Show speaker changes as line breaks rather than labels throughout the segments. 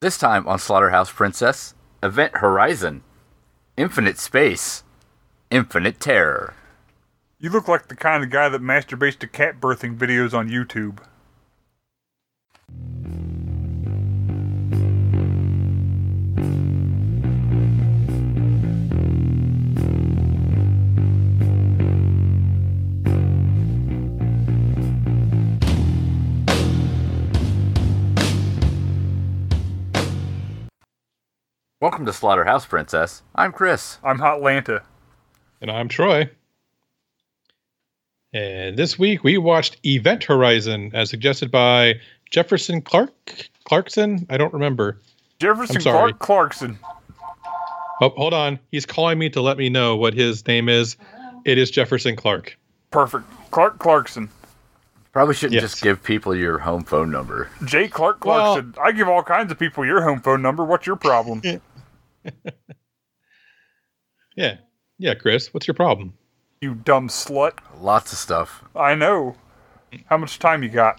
This time on Slaughterhouse Princess, Event Horizon, Infinite Space, Infinite Terror.
You look like the kind of guy that masturbates to cat birthing videos on YouTube.
Welcome to Slaughterhouse Princess. I'm Chris.
I'm Hot Lanta.
And I'm Troy. And this week we watched Event Horizon as suggested by Jefferson Clark Clarkson. I don't remember.
Jefferson
I'm sorry.
Clark Clarkson.
Oh, hold on. He's calling me to let me know what his name is. It is Jefferson Clark.
Perfect. Clark Clarkson.
Probably shouldn't
Yes.
just give people your home phone number.
J. Clark
Well-
Clarkson. I give all kinds of people your home phone number. What's your problem?
Yeah. Yeah, Chris, what's your problem?
you dumb slut.
Lots of stuff.
I know. How much time you got?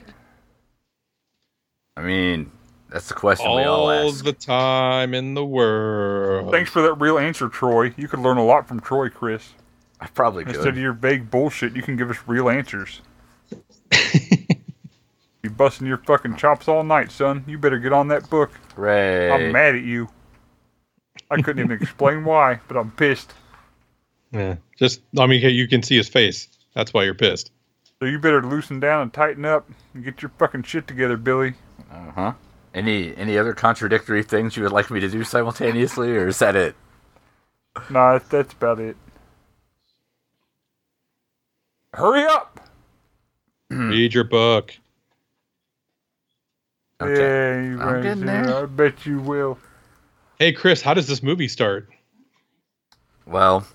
I mean, that's the question we all
All
ask.
the time in the world.
Thanks for that real answer, Troy. You could learn a lot from Troy, Chris.
I probably
Instead of
could.
your vague bullshit, you can give us real answers. you busting your fucking chops all night, son. You better get on that book.
Ray.
I'm mad at you. I couldn't even explain why, but I'm pissed.
Yeah. Just I mean you can see his face. That's why you're pissed.
So you better loosen down and tighten up and get your fucking shit together, Billy.
Huh? Any any other contradictory things you would like me to do simultaneously, or is that it?
Nah, that's about it. Hurry up!
Read your book.
Okay.
Yeah, you
I'm
right
getting
there.
there.
I bet you will.
Hey Chris, how does this movie start?
Well,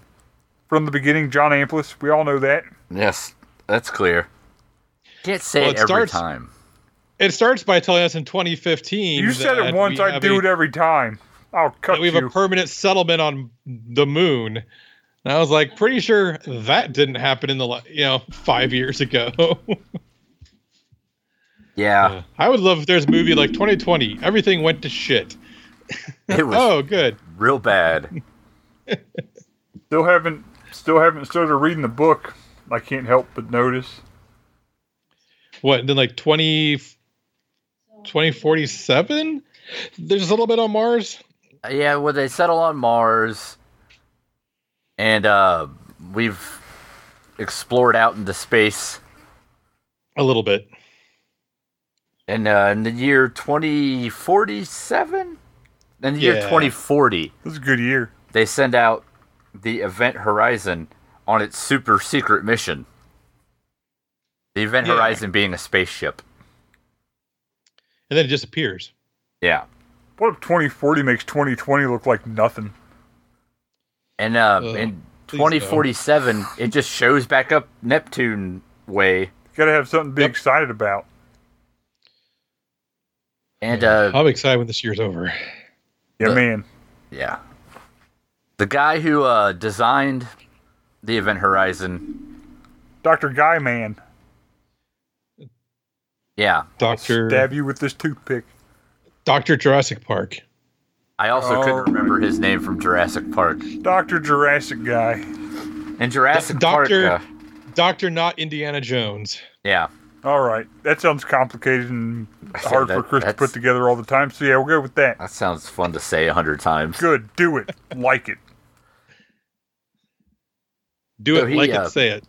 From the beginning, John Amplis, we all know that.
yes, that's clear. Can't say
Well,
it
it
every
starts-
time.
It starts by telling us in 2015.
You said
that
it once,
we
I
have
do
a-
it every time. I'll cut
that we have
you.
a permanent settlement on the moon. And I was like, pretty sure that didn't happen in the la- you know five years ago.
Yeah,
I would love if there's a movie like 2020. Everything went to shit.
it was
Oh, good.
real bad.
still haven't, still haven't started reading the book. I can't help but notice.
What? Then like 20, 2047? There's a little bit on Mars.
Yeah, well, they settle on Mars, and uh, we've explored out into space.
A little bit.
And uh, in the year 2047? In the year
Yeah.
2040,
This is a good year.
they send out the Event Horizon on its super secret mission. The Event
Yeah.
Horizon being a spaceship.
And then it disappears.
Yeah.
What if 2040 makes 2020 look like nothing?
And uh,
Ugh,
in
please no.
2047, it just shows back up Neptune way.
gotta have something to be
Yep.
excited about.
And uh,
I'll be excited when this year's over.
Yeah,
The-
man.
Yeah. The guy who uh, designed the Event Horizon,
Dr. Guy Man,
yeah.
Doctor
stab you with this toothpick.
Doctor Jurassic Park.
I also
Oh.
couldn't remember his name from Jurassic Park.
Dr. Jurassic Guy.
And Jurassic
Doctor
Park, uh,
Doctor Not Indiana Jones.
yeah,
All right. That sounds complicated and
said
hard for
that-
Chris to
that's-
put together all the time. So, yeah, we'll go with that.
that sounds fun to say a hundred times.
Good. Do it. like it.
Do
So
it
he,
like
uh,
it, say it.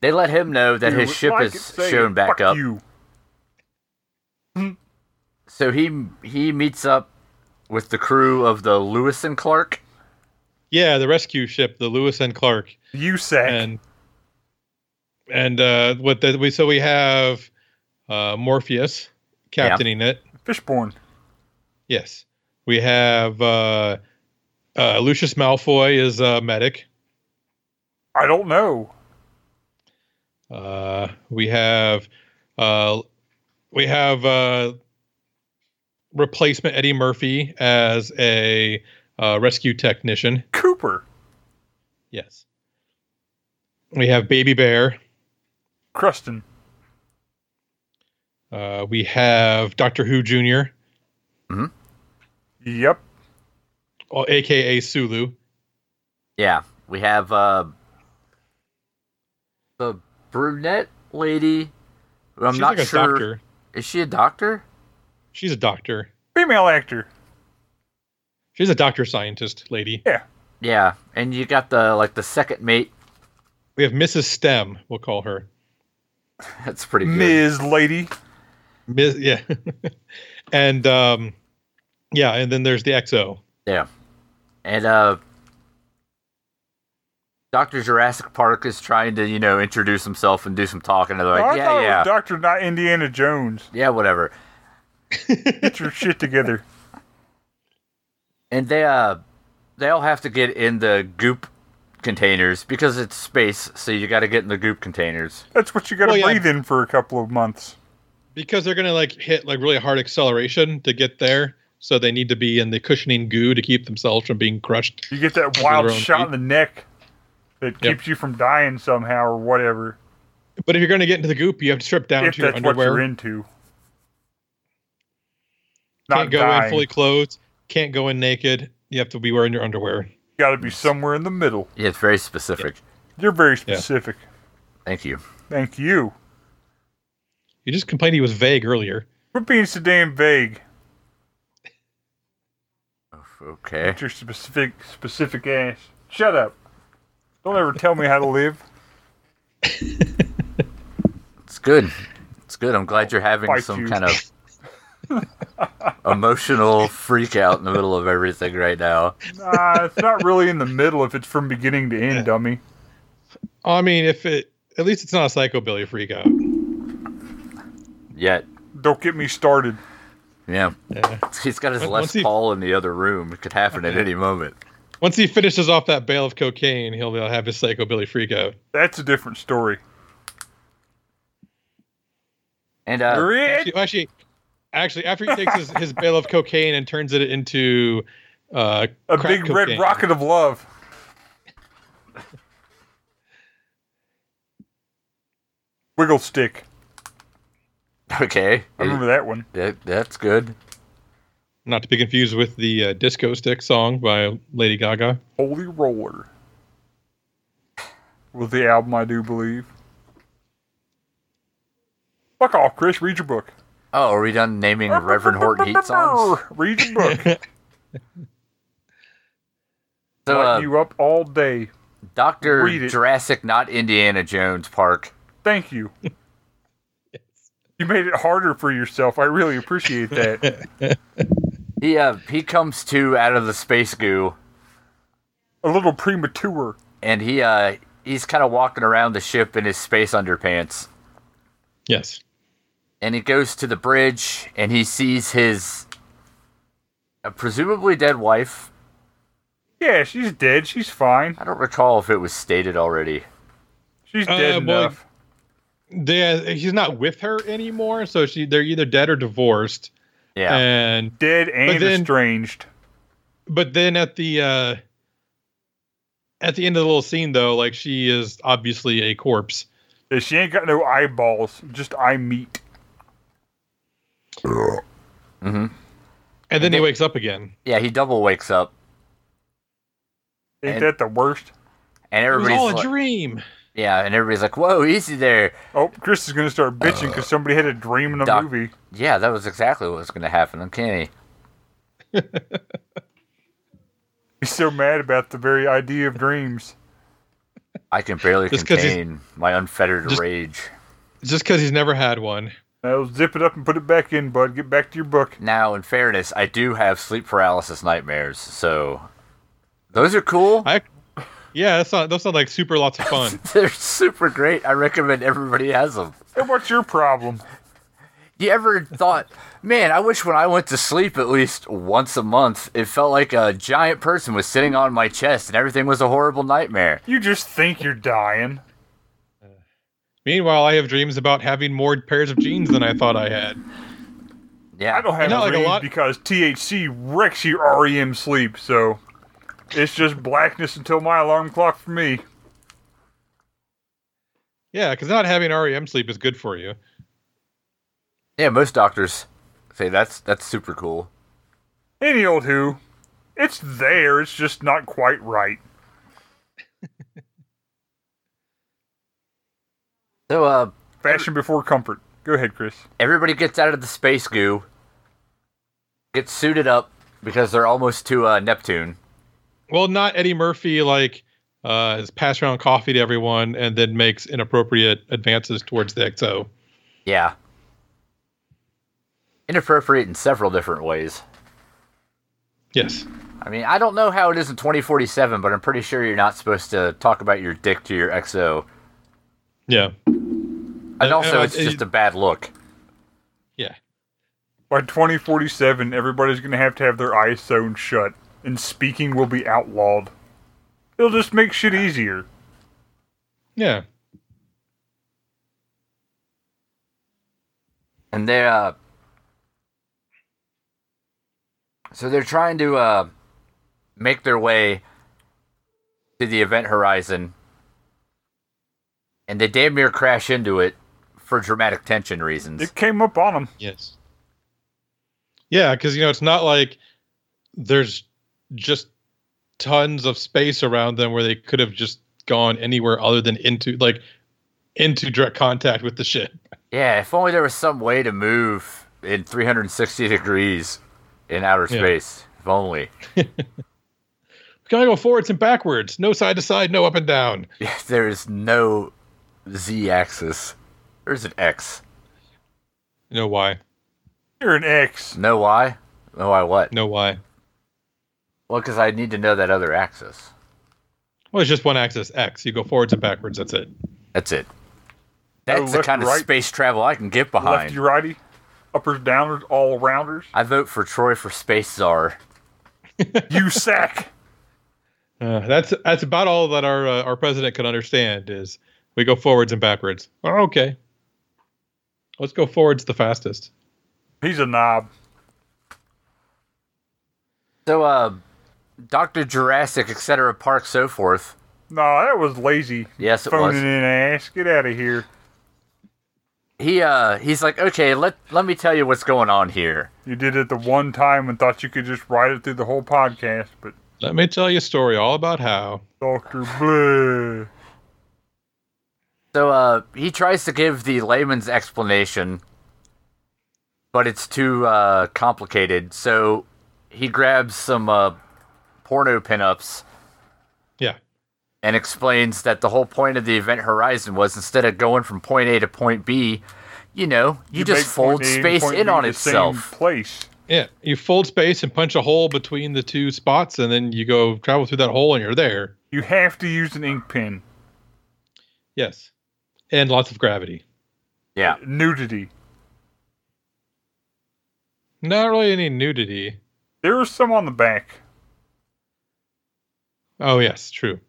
They let him know that
Do
his
it,
ship
like it,
is
say
shown
it.
back
Fuck
up,
You.
so he he meets up with the crew of the Lewis and Clark.
Yeah, the rescue ship, the Lewis and Clark,
You sack.
and and uh, what the, we so we have uh, Morpheus captaining it.
Fishborn.
Yes, we have uh, uh, Lucius Malfoy is a medic.
I don't know.
Uh, we have uh, we have uh, replacement Eddie Murphy as a uh, rescue technician.
Cooper.
Yes, we have Baby Bear.
Cruston.
Uh, we have Doctor Who Junior.
Mhm.
Yep.
or aka Sulu.
Yeah, we have uh, the brunette lady. who I'm
She's
not
like a
sure.
doctor.
Is she a doctor?
She's a doctor.
Female actor.
She's a doctor scientist lady.
Yeah, and you got the like the second mate.
We have Mrs. Stem. We'll call her.
That's pretty good.
Ms. Lady.
Ms. Yeah, and um, yeah, and then there's the XO.
Yeah, and uh, Doctor Jurassic Park is trying to you know introduce himself and do some talking. And they're
I
like,
thought
yeah,
it
yeah,
was Doctor, not Indiana Jones.
yeah, whatever.
Get your shit together.
and they uh they all have to get in the goop containers because it's space so you got to get in the goop containers
That's what you got to
Well, Oh, yeah.
breathe in for a couple of months.
because they're gonna like hit like really hard acceleration to get there so they need to be in the cushioning goo to keep themselves from being crushed
You get that
Under
wild
their own
shot
feet.
in the neck that keeps you from dying somehow or whatever.
but if you're gonna get into the goop you have to strip down
If
to your
that's what you're
underwear
into. Not
can't go
dying.
in fully clothed can't go in naked you have to be wearing your underwear
Got to be somewhere in the middle.
yeah, it's very specific
You're very specific.
thank you
Thank you.
you just complained he was vague earlier
Quit being so damn vague.
okay
Get your specific specific ass. Shut up. Don't ever tell me how to live.
it's good it's good i'm glad you're having
Fight
some
you.
kind of emotional freak out in the middle of everything right now
Nah, it's not really in the middle if it's from beginning to end, dummy.
i mean if it at least it's not a psychobilly freak out
yet
Don't get me started.
yeah
yeah.
he's got his
Once- once
les
he-
paul in the other room it could happen at any moment
once he finishes off that bale of cocaine he'll he'll have his psychobilly freak out
That's a different story.
and uh
Rich.
actually, actually, actually, after he takes his, his bale of cocaine and turns it into uh,
A
crack
big red
cocaine,
rocket of love. Wiggle stick.
okay
I remember that one.
that, that's good
Not to be confused with the uh, Disco Stick song by Lady Gaga.
Holy Roller. Was the album I do believe. Fuck off, Chris. Read your book.
oh are we done naming reverend horton heat songs
Read your book.
so uh,
Light you up all day.
Doctor
Read it.
Jurassic, not Indiana Jones Park.
Thank you. You made it harder for yourself. I really appreciate that.
He uh, he comes to out of the space goo,
A little premature.
and he uh, he's kind of walking around the ship in his space underpants,
Yes.
and he goes to the bridge, and he sees his uh, presumably dead wife.
Yeah, she's dead. She's fine.
I don't recall if it was stated already.
She's
Uh,
dead
well,
enough.
They, uh, he's not with her anymore, so she they're either dead or divorced.
Yeah,
Uh, And
Dead and
then-
estranged.
but then at the uh, at the end of the little scene, though, like she is obviously a corpse.
Yeah, She ain't got no eyeballs, just eye meat.
And then he
then-
wakes up again.
yeah. He double wakes up,
Ain't
And-
that the worst?
and
It was
everybody's
all a
like,
dream.
yeah, and everybody's like, "Whoa, easy there."
Oh, Chris is gonna start bitching because somebody had a dream in a
Doc-
movie.
Yeah, that was exactly what was going to happen. Uncanny.
He's so mad about the very idea of dreams.
I can barely
Just 'cause he's-
contain my unfettered
Just-
rage.
Just because he's never had one.
Now zip it up and put it back in, bud. Get back to your book.
Now, in fairness, I do have sleep paralysis nightmares, so those are cool.
I, yeah, that's not that's not like super lots of fun.
They're super great. I recommend everybody has them.
Hey, what's your problem?
You ever thought, man, I wish when I went to sleep at least once a month, it felt like a giant person was sitting on my chest and everything was a horrible nightmare.
You just think you're dying.
Meanwhile, I have dreams about having more pairs of jeans than I thought I had.
Yeah.
I don't have
Not like a
dreams
lot-
because THC wrecks your REM sleep, so it's just blackness until my alarm clock for me.
Yeah, because not having REM sleep is good for you.
yeah, most doctors say that's that's super cool.
Any old who, it's there. It's just not quite right.
So, uh,
Fashion before comfort. Go ahead, Chris.
everybody gets out of the space goo, gets suited up because they're almost to uh, Neptune.
Well, not Eddie Murphy like uh, is passed around coffee to everyone and then makes inappropriate advances towards the XO.
Yeah. Inappropriate in several different ways.
Yes.
I mean, I don't know how it is in 2047, but I'm pretty sure you're not supposed to talk about your dick to your XO.
Yeah.
And also,
uh,
it's
uh,
just a bad look.
Yeah.
By 2047, everybody's going to have to have their eyes sewn shut, and speaking will be outlawed. It'll just make shit easier.
Yeah.
and they uh so they're trying to uh make their way to the event horizon and they damn near crash into it for dramatic tension reasons
It came up on them.
Yes. Yeah, because you know it's not like there's just tons of space around them where they could have just gone anywhere other than into like into direct contact with the ship.
yeah if only there was some way to move in 360 degrees in outer
Yeah.
space if only
Gotta go forwards and backwards, no side to side, no up and down.
there is no z-axis there's an x
You know why?
You're an X.
no y no y what
Know why?
well because i need to know that other axis
Well, it's just one axis X. You go forwards and backwards. That's it.
That's it. That's the
Oh, left,
kind of
right.
space travel I can get behind.
Lefty, righty, uppers, downers, all rounders.
I vote for Troy for Space Czar.
You sack.
Uh, that's that's about all that our uh, our president can understand is we go forwards and backwards. Oh, okay. Let's go forwards the fastest.
He's a knob.
So, uh, Dr. Jurassic, etc., Park, so forth.
No, that was lazy.
Yes, it
Phoning
was.
in ass. Get out of here.
He, uh, he's like, okay, let, let me tell you what's going on here.
You did it the one time and thought you could just ride it through the whole podcast, but
Let me tell you a story all about how.
Doctor Bleh.
So, uh, he tries to give the layman's explanation, but it's too, uh, complicated. So, he grabs some, uh, porno pinups
Yeah.
and explains that the whole point of the event horizon was instead of going from point A to point B, you know, you,
make
just fold
point A and
space
point
in
B
on
the
itself.
Same place.
Yeah. You fold space and punch a hole between the two spots, and then you go travel through that hole and you're there.
You have to use an ink pen.
Yes. And lots of gravity.
Yeah.
Nudity.
Not really any nudity.
There was some on the back.
Oh yes, true.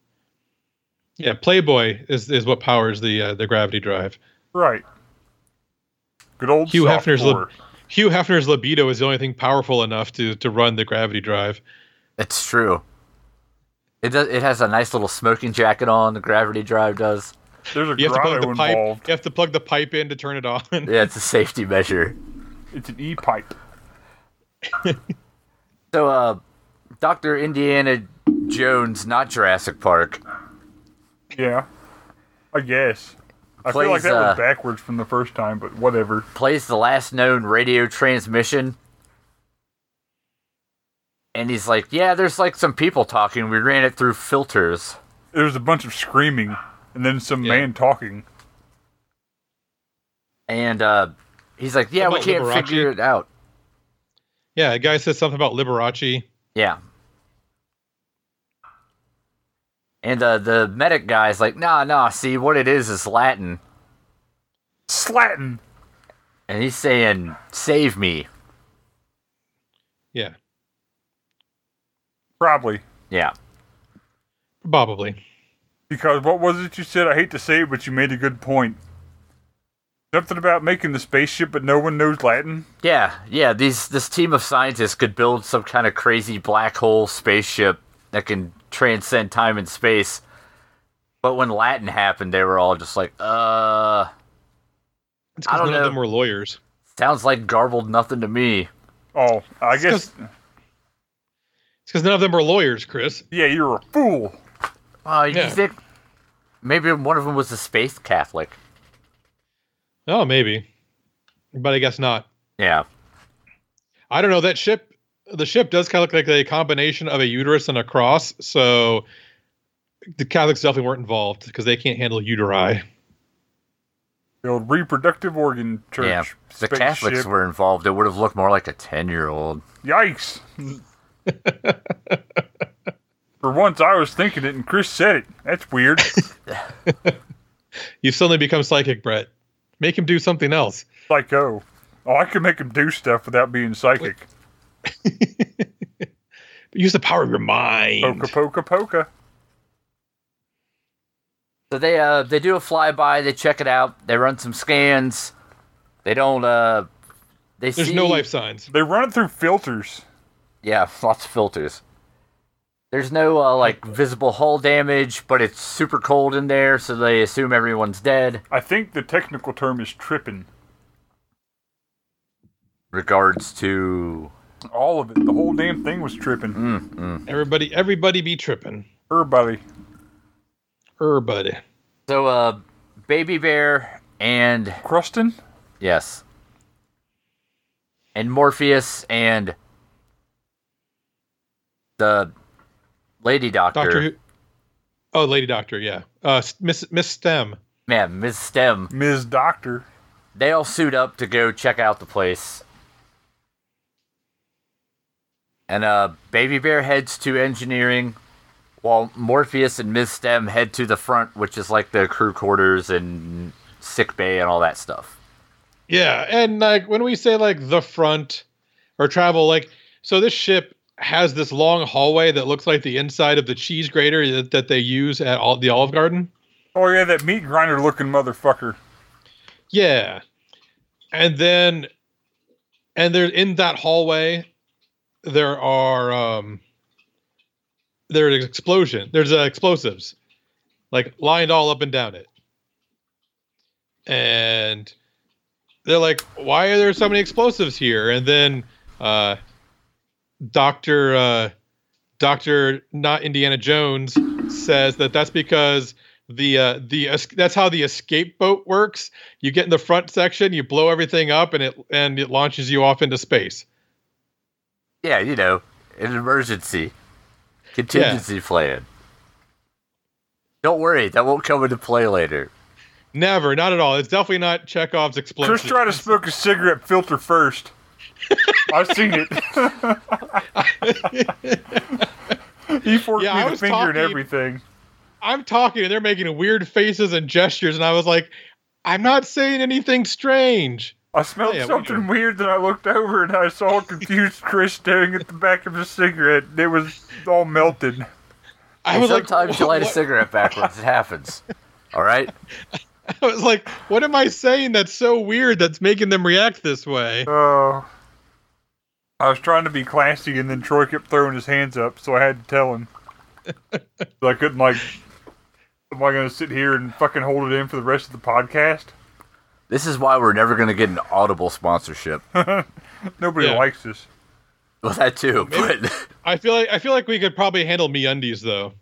Yeah, Playboy is, is what powers the uh, the gravity drive.
Right. Good old
Hugh Hefner's
softcore.
lib- Hugh Hefner's libido is the only thing powerful enough to to run the gravity drive.
It's true. It does, it has a nice little smoking jacket on, the gravity drive does.
There's a
You have to plug
grotto
the pipe.
involved.
You have to plug the pipe in to turn it on.
Yeah, it's a safety measure.
It's an E pipe.
So uh Dr. Indiana Jones, not Jurassic Park,
Yeah. I guess. I feel like
Plays,
that
uh,
was backwards from the first time, but whatever.
plays the last known radio transmission. And he's like, Yeah, there's like some people talking. We ran it through filters.
There was a bunch of screaming and then some
Yeah.
man talking.
And uh, he's like, "Yeah, we
About
can't
Liberace?
figure it out."
yeah, a guy says something about Liberace.
Yeah. And uh, the medic guy's like, "Nah, nah. See, what it is is Latin."
Slatin.
And he's saying, "Save me."
Yeah,
Probably.
Yeah.
probably.
Because what was it you said? I hate to say it, but you made a good point. Something about making the spaceship, but no one knows Latin.
Yeah. Yeah. These this team of scientists could build some kind of crazy black hole spaceship that can transcend time and space. But when Latin happened, they were all just like, "Uh,
It's
I
because
don't
none of
know.
them were lawyers.
sounds like garbled nothing to me."
Oh, I guess
because none of them are lawyers, Chris.
Yeah, you're a fool.
Uh, you
Yeah.
think maybe one of them was a space Catholic?
Oh, maybe, but I guess not.
Yeah.
I don't know. That ship, the ship does kind of look like a combination of a uterus and a cross. So the Catholics definitely weren't involved because they can't handle uteri.
The old reproductive organ church.
yeah. If the Catholics
spaceship.
were involved, it would have looked more like a 10 year old.
Yikes. For once, I was thinking it, and Chris said it. That's weird.
You've suddenly become psychic, Brett. Make him do something else.
Psycho. Oh, I could make him do stuff without being psychic.
Use the power of your mind.
Poka, poka, poka.
So they uh they do a flyby, they check it out, they run some scans. They don't uh they
There's
see
no life signs.
They run it through filters.
Yeah, lots of filters. There's no uh, like visible hull damage, but it's super cold in there, so they assume everyone's dead.
I think the technical term is tripping.
Regards to
All of it. The whole damn thing was tripping.
Mm.
Everybody, everybody be tripping.
Everybody.
Everybody.
so uh baby bear and
Crustin?
yes. And Morpheus and the lady doctor.
Doctor Who. Oh, Lady Doctor, yeah. Uh, S- Miss Miss Stem.
Man, Ms. Stem.
Ms. Doctor.
They all suit up to go check out the place. And uh, Baby Bear heads to engineering, while Morpheus and Ms. Stem head to the front, which is like the crew quarters and sick bay and all that stuff.
Yeah, and like when we say like the front or travel, like so this ship has this long hallway that looks like the inside of the cheese grater that, that they use at all, the Olive Garden.
Oh, yeah, that meat grinder looking motherfucker.
Yeah, and then and there in that hallway there are um there's explosion. There's uh, explosives, like lined all up and down it, and they're like, "Why are there so many explosives here?" And then uh, Doctor uh, Doctor not Indiana Jones says that that's because the uh, the es- that's how the escape boat works. You get in the front section, you blow everything up, and it and it launches you off into space.
Yeah, you know, an emergency. Contingency plan. Don't worry, that won't come into play later.
Never, not at all. It's definitely not Chekhov's explosion.
Chris tried to smoke a cigarette filter first. I've seen it. he forked
Yeah, I
me the
was
finger and
talking-
everything.
I'm talking and they're making weird faces and gestures, and I was like, I'm not saying anything strange.
I smelled
yeah, we
something
do.
weird, then I looked over and I saw a confused Chris staring at the back of his cigarette. It was all melted.
I
And
was
sometimes
like,
you light a
"What-
cigarette backwards. it happens. All right?
I was like, what am I saying that's so weird that's making them react this way?
Oh. I was trying to be classy, and then Troy kept throwing his hands up, so I had to tell him. So I couldn't, like, am I going to sit here and fucking hold it in for the rest of the podcast?
This is why we're never going to get an Audible sponsorship.
Nobody
Yeah.
likes this.
Well, that too,
Maybe-
but.
I feel like I feel like we could probably handle me undies though.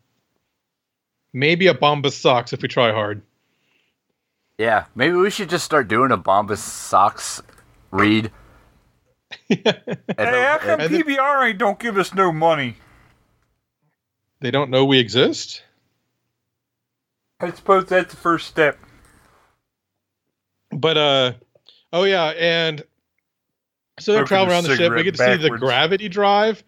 Maybe a Bombas socks if we try hard.
Yeah, maybe we should just start doing a Bombas socks read. And-
Hey, how come
and-
and the-
PBR ain't don't give us no money?
They don't know we exist.
I suppose that's the first step.
But uh oh yeah, and so they're
Smoking
traveling
a
around the ship. We
cigarette
get to see the
backwards.
gravity drive,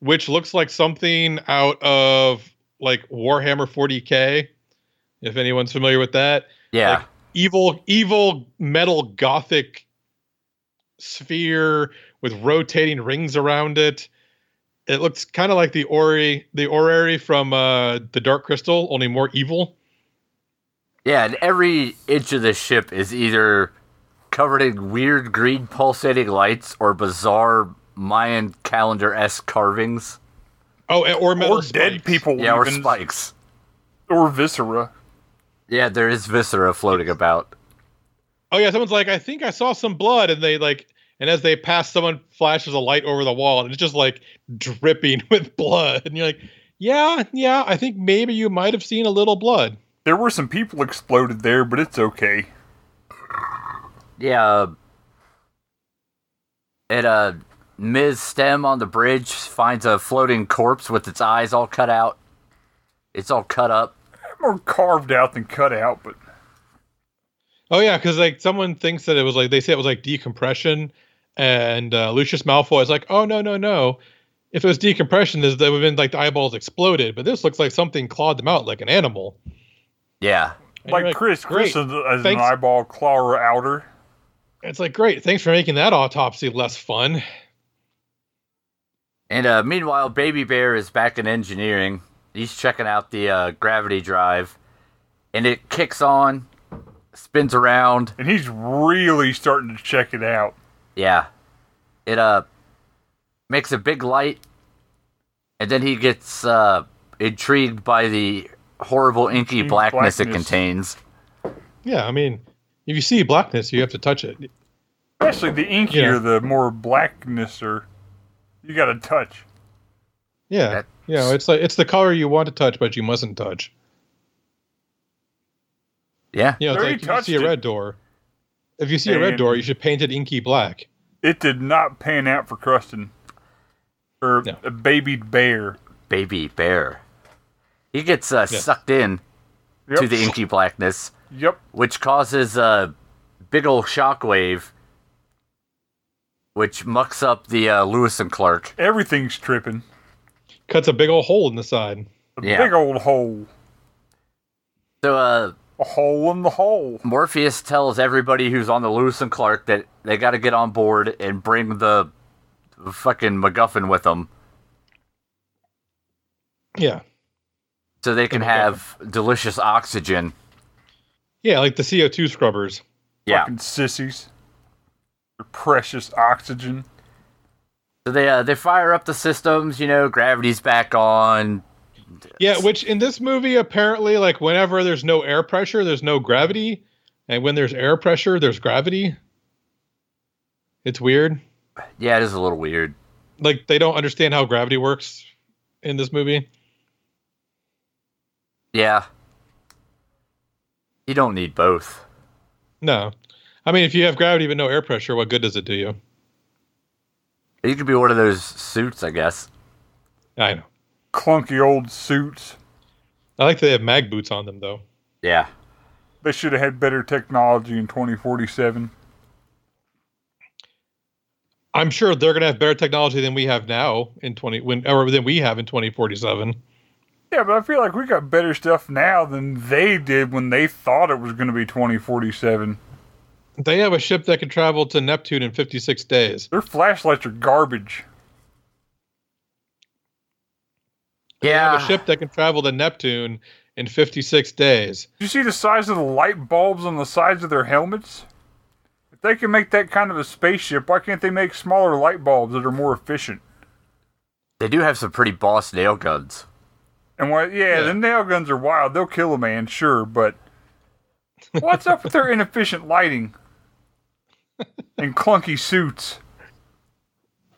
which looks like something out of like Warhammer 40k. If anyone's familiar with that,
yeah,
like, evil, evil metal gothic sphere with rotating rings around it. It looks kind of like the Ori, the Orrery from uh, the Dark Crystal, only more evil.
yeah, and every inch of this ship is either covered in weird green pulsating lights or bizarre Mayan calendar esque carvings.
Oh, and- or metal
Or dead
spikes.
people.
Yeah, or
even.
spikes.
Or viscera.
Yeah, there is viscera floating about.
oh yeah someone's like i think i saw some blood and they like And as they pass, someone flashes a light over the wall, and it's just like dripping with blood. And you're like, yeah, yeah, I think maybe you might have seen a little blood.
There were some people exploded there, but it's okay.
Yeah. uh, And uh, Ms. Stem on the bridge finds a floating corpse with its eyes all cut out. It's all cut up.
More carved out than cut out, but
Oh yeah, because like someone thinks that it was like they say it was like decompression, and uh, Lucius Malfoy is like, oh no no no, if it was decompression, this that would have been like the eyeballs exploded, but this looks like something clawed them out like an animal.
Yeah.
And you're
like Chris,
great.
Chris is, is an
Thanks.
eyeball claw or outer.
It's like great, thanks for making that autopsy less fun.
And uh, meanwhile, Baby Bear is back in engineering. He's checking out the uh, gravity drive, and it kicks on, spins around.
And he's really starting to check it out.
Yeah, it uh makes a big light, and then he gets uh intrigued by the horrible inky
Inky
blackness, it
blackness.
contains.
Yeah, I mean, if you see blackness, you have to touch it.
Especially the inkier,
Yeah.
the more blackness or you got to touch.
Yeah,
That-
you know, it's like it's the color you want to touch, but you mustn't touch.
Yeah,
You know,
They
it's like if you
touched
see a
it.
red door. If you see a red
And-
door, you should paint it inky black.
It did not pan out for Krustin or
No.
a babied bear.
baby bear. He gets uh,
Yeah.
sucked in
Yep.
to the inky blackness,
yep.
which causes a big old shockwave, which mucks up the uh, Lewis and Clark.
Everything's tripping.
Cuts a big old hole in the side.
A
Yeah.
big old hole.
So uh,
A hole in the hole.
Morpheus tells everybody who's on the Lewis and Clark that they got to get on board and bring the fucking MacGuffin with them
Yeah,
so they can have delicious oxygen.
yeah, like the CO two scrubbers.
Yeah.
Fucking sissies. Your precious oxygen.
So they uh, they fire up the systems. You know, gravity's back on.
Yeah, which in this movie apparently, like whenever there's no air pressure, there's no gravity, and when there's air pressure, there's gravity. It's weird.
Yeah, it is a little weird.
Like they don't understand how gravity works in this movie.
Yeah. You don't need both.
No, I mean if you have gravity but no air pressure, what good does it do you?
You could be one of those suits, I guess.
I know.
Clunky old suits.
I like that they have mag boots on them though.
Yeah.
They should have had better technology in 2047.
I'm sure they're gonna have better technology than we have now in twenty when or than we have in twenty forty seven.
Yeah, but I feel like we got better stuff now than they did when they thought it was going to be 2047.
They have a ship that can travel to Neptune in fifty six days.
Their flashlights are garbage.
They have a
Yeah.
ship that can travel to Neptune in fifty six days.
You see the size of the light bulbs on the sides of their helmets? If they can make that kind of a spaceship, why can't they make smaller light bulbs that are more efficient?
They do have some pretty boss nail guns.
And why, yeah,
Yeah.
the nail guns are wild. They'll kill a man, sure, but what's up with their inefficient lighting and clunky suits?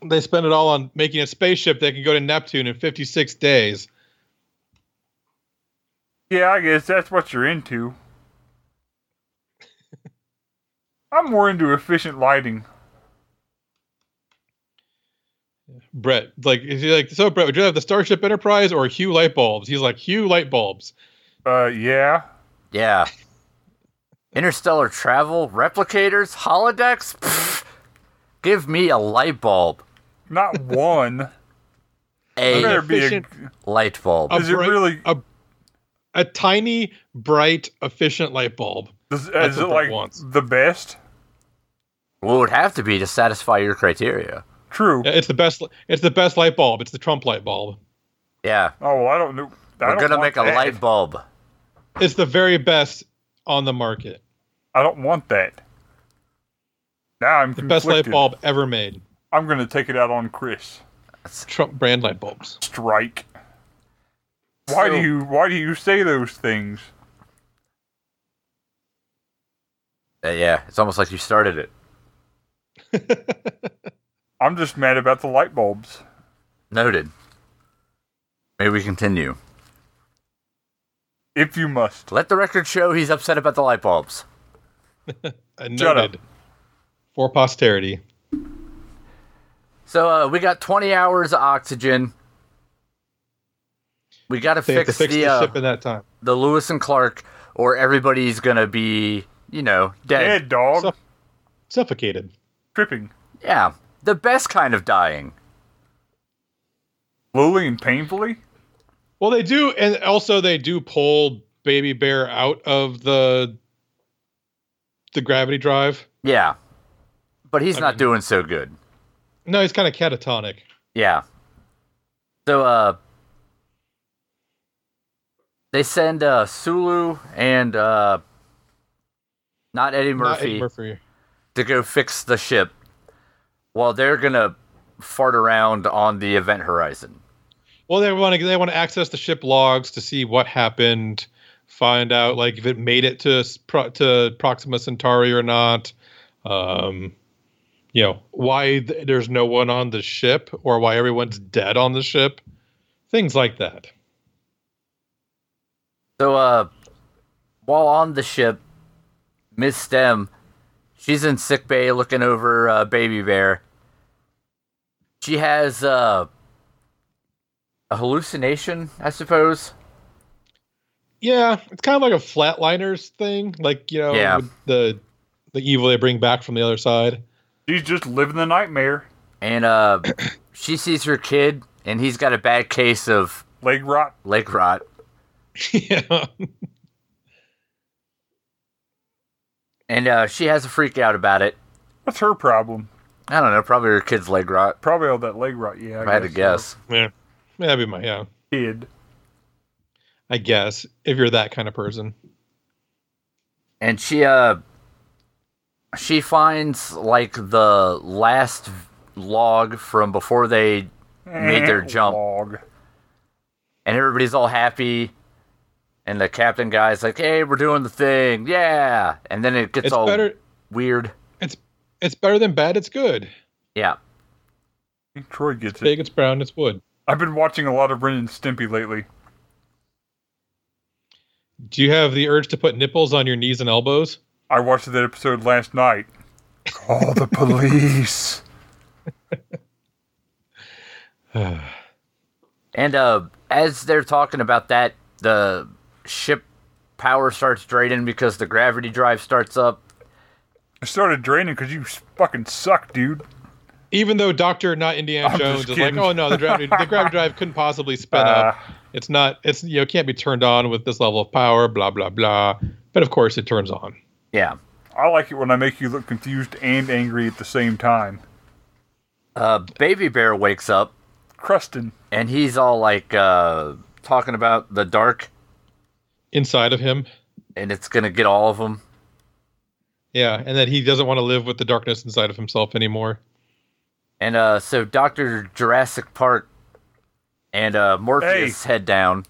They spend it all on making a spaceship that can go to Neptune in fifty six days.
Yeah, I guess that's what you're into. I'm more into efficient lighting.
Brett, like, is he like so? Brett, would you have the Starship Enterprise or Hue light bulbs? He's like Hue light bulbs.
Uh, yeah.
Yeah. Interstellar travel, replicators, holodecks. Pfft. give me a light bulb.
Not one.
A
There be a,
Efficient-
light bulb.
A
Is it really-
a, a tiny, bright, efficient light bulb?
is,
That's
is it
what
like
it wants.
the best?
well, it would have to be to satisfy your criteria.
True.
Yeah, It's the best. It's the best light bulb. It's the Trump light bulb.
Yeah.
Oh, well, I don't know. I
We're
don't
going to
want
make a
that.
light bulb.
It's the very best on the market.
I don't want that. Now I'm
The
conflicted.
best light bulb ever made.
I'm going to take it out on Chris.
Trump brand light bulbs.
Strike. Why do
So-
you Why do you say those things?
Uh, yeah. It's almost like you started it.
I'm just mad about the light bulbs.
Noted. May we continue?
If you must.
Let the record show he's upset about the light bulbs.
I
Shut up.
noted for posterity.
So uh, we got 20 hours of oxygen. We got to
They have to
fix,
fix
the
the
uh,
ship in that time.
the Lewis and Clark, or everybody's gonna be, you know, dead.
Dead dog.
So- Suffocated.
tripping.
Yeah, the best kind of dying.
Slowly and painfully.
Well, they do, and also they do pull Baby Bear out of the the gravity drive.
Yeah, but he's
I
not
mean-
doing so good.
No, he's kind of catatonic.
Yeah. So uh, they send uh Sulu and uh, not Eddie
Not
Murphy
Eddie Murphy.
to go fix the ship, while they're gonna fart around on the event horizon.
Well, they want to they want to access the ship logs to see what happened, find out like if it made it to s- pro- to Proxima Centauri or not. Um, you know why th- there's no one on the ship or why everyone's dead on the ship, things like that.
So, uh, while on the ship, Miss Stem, she's in sick bay looking over uh, Baby Bear. She has uh, a hallucination, I suppose.
Yeah, it's kind of like a flatliners thing, like you know
Yeah.
with the the evil they bring back from the other side.
She's just living the nightmare.
And uh, she sees her kid, and he's got a bad case of
Leg rot.
leg rot.
yeah,
And uh, she has a freak out about it.
What's her problem?
I don't know, probably her kid's leg rot.
Probably all that leg rot. Yeah,
If I had to guess.
yeah, that'd be my yeah.
Kid.
I guess if you're that kind of person.
and she uh she finds like the last log from before they Made
Eh,
their jump.
Log.
and everybody's all happy and the captain guy's like hey we're doing the thing yeah and then it gets
It's
all
better.
weird
It's it's better than bad. It's good.
yeah
Troy gets it.
Big. It's brown. It's wood.
I've been watching a lot of Ren and Stimpy lately.
Do you have the urge to put nipples on your knees and elbows?
I watched that episode last night. Call the police.
and uh as they're talking about that the ship power starts draining because the gravity drive starts up
I started draining because you fucking suck, dude.
Even though Doctor Not Indiana
I'm
Jones
just
is like,
kidding. Ah.
oh no, the gravity the gravity drive couldn't possibly spin up. It's not. It's you know can't be turned on with this level of power. Blah blah blah. But of course, it turns on.
yeah
I like it when I make you look confused and angry at the same time.
uh baby bear wakes up
Crustin.
and he's all like uh talking about the dark
inside of him.
and it's gonna get all of them
Yeah, and that he doesn't want to live with the darkness inside of himself anymore.
And uh, so Doctor Jurassic Park and uh, Morpheus head down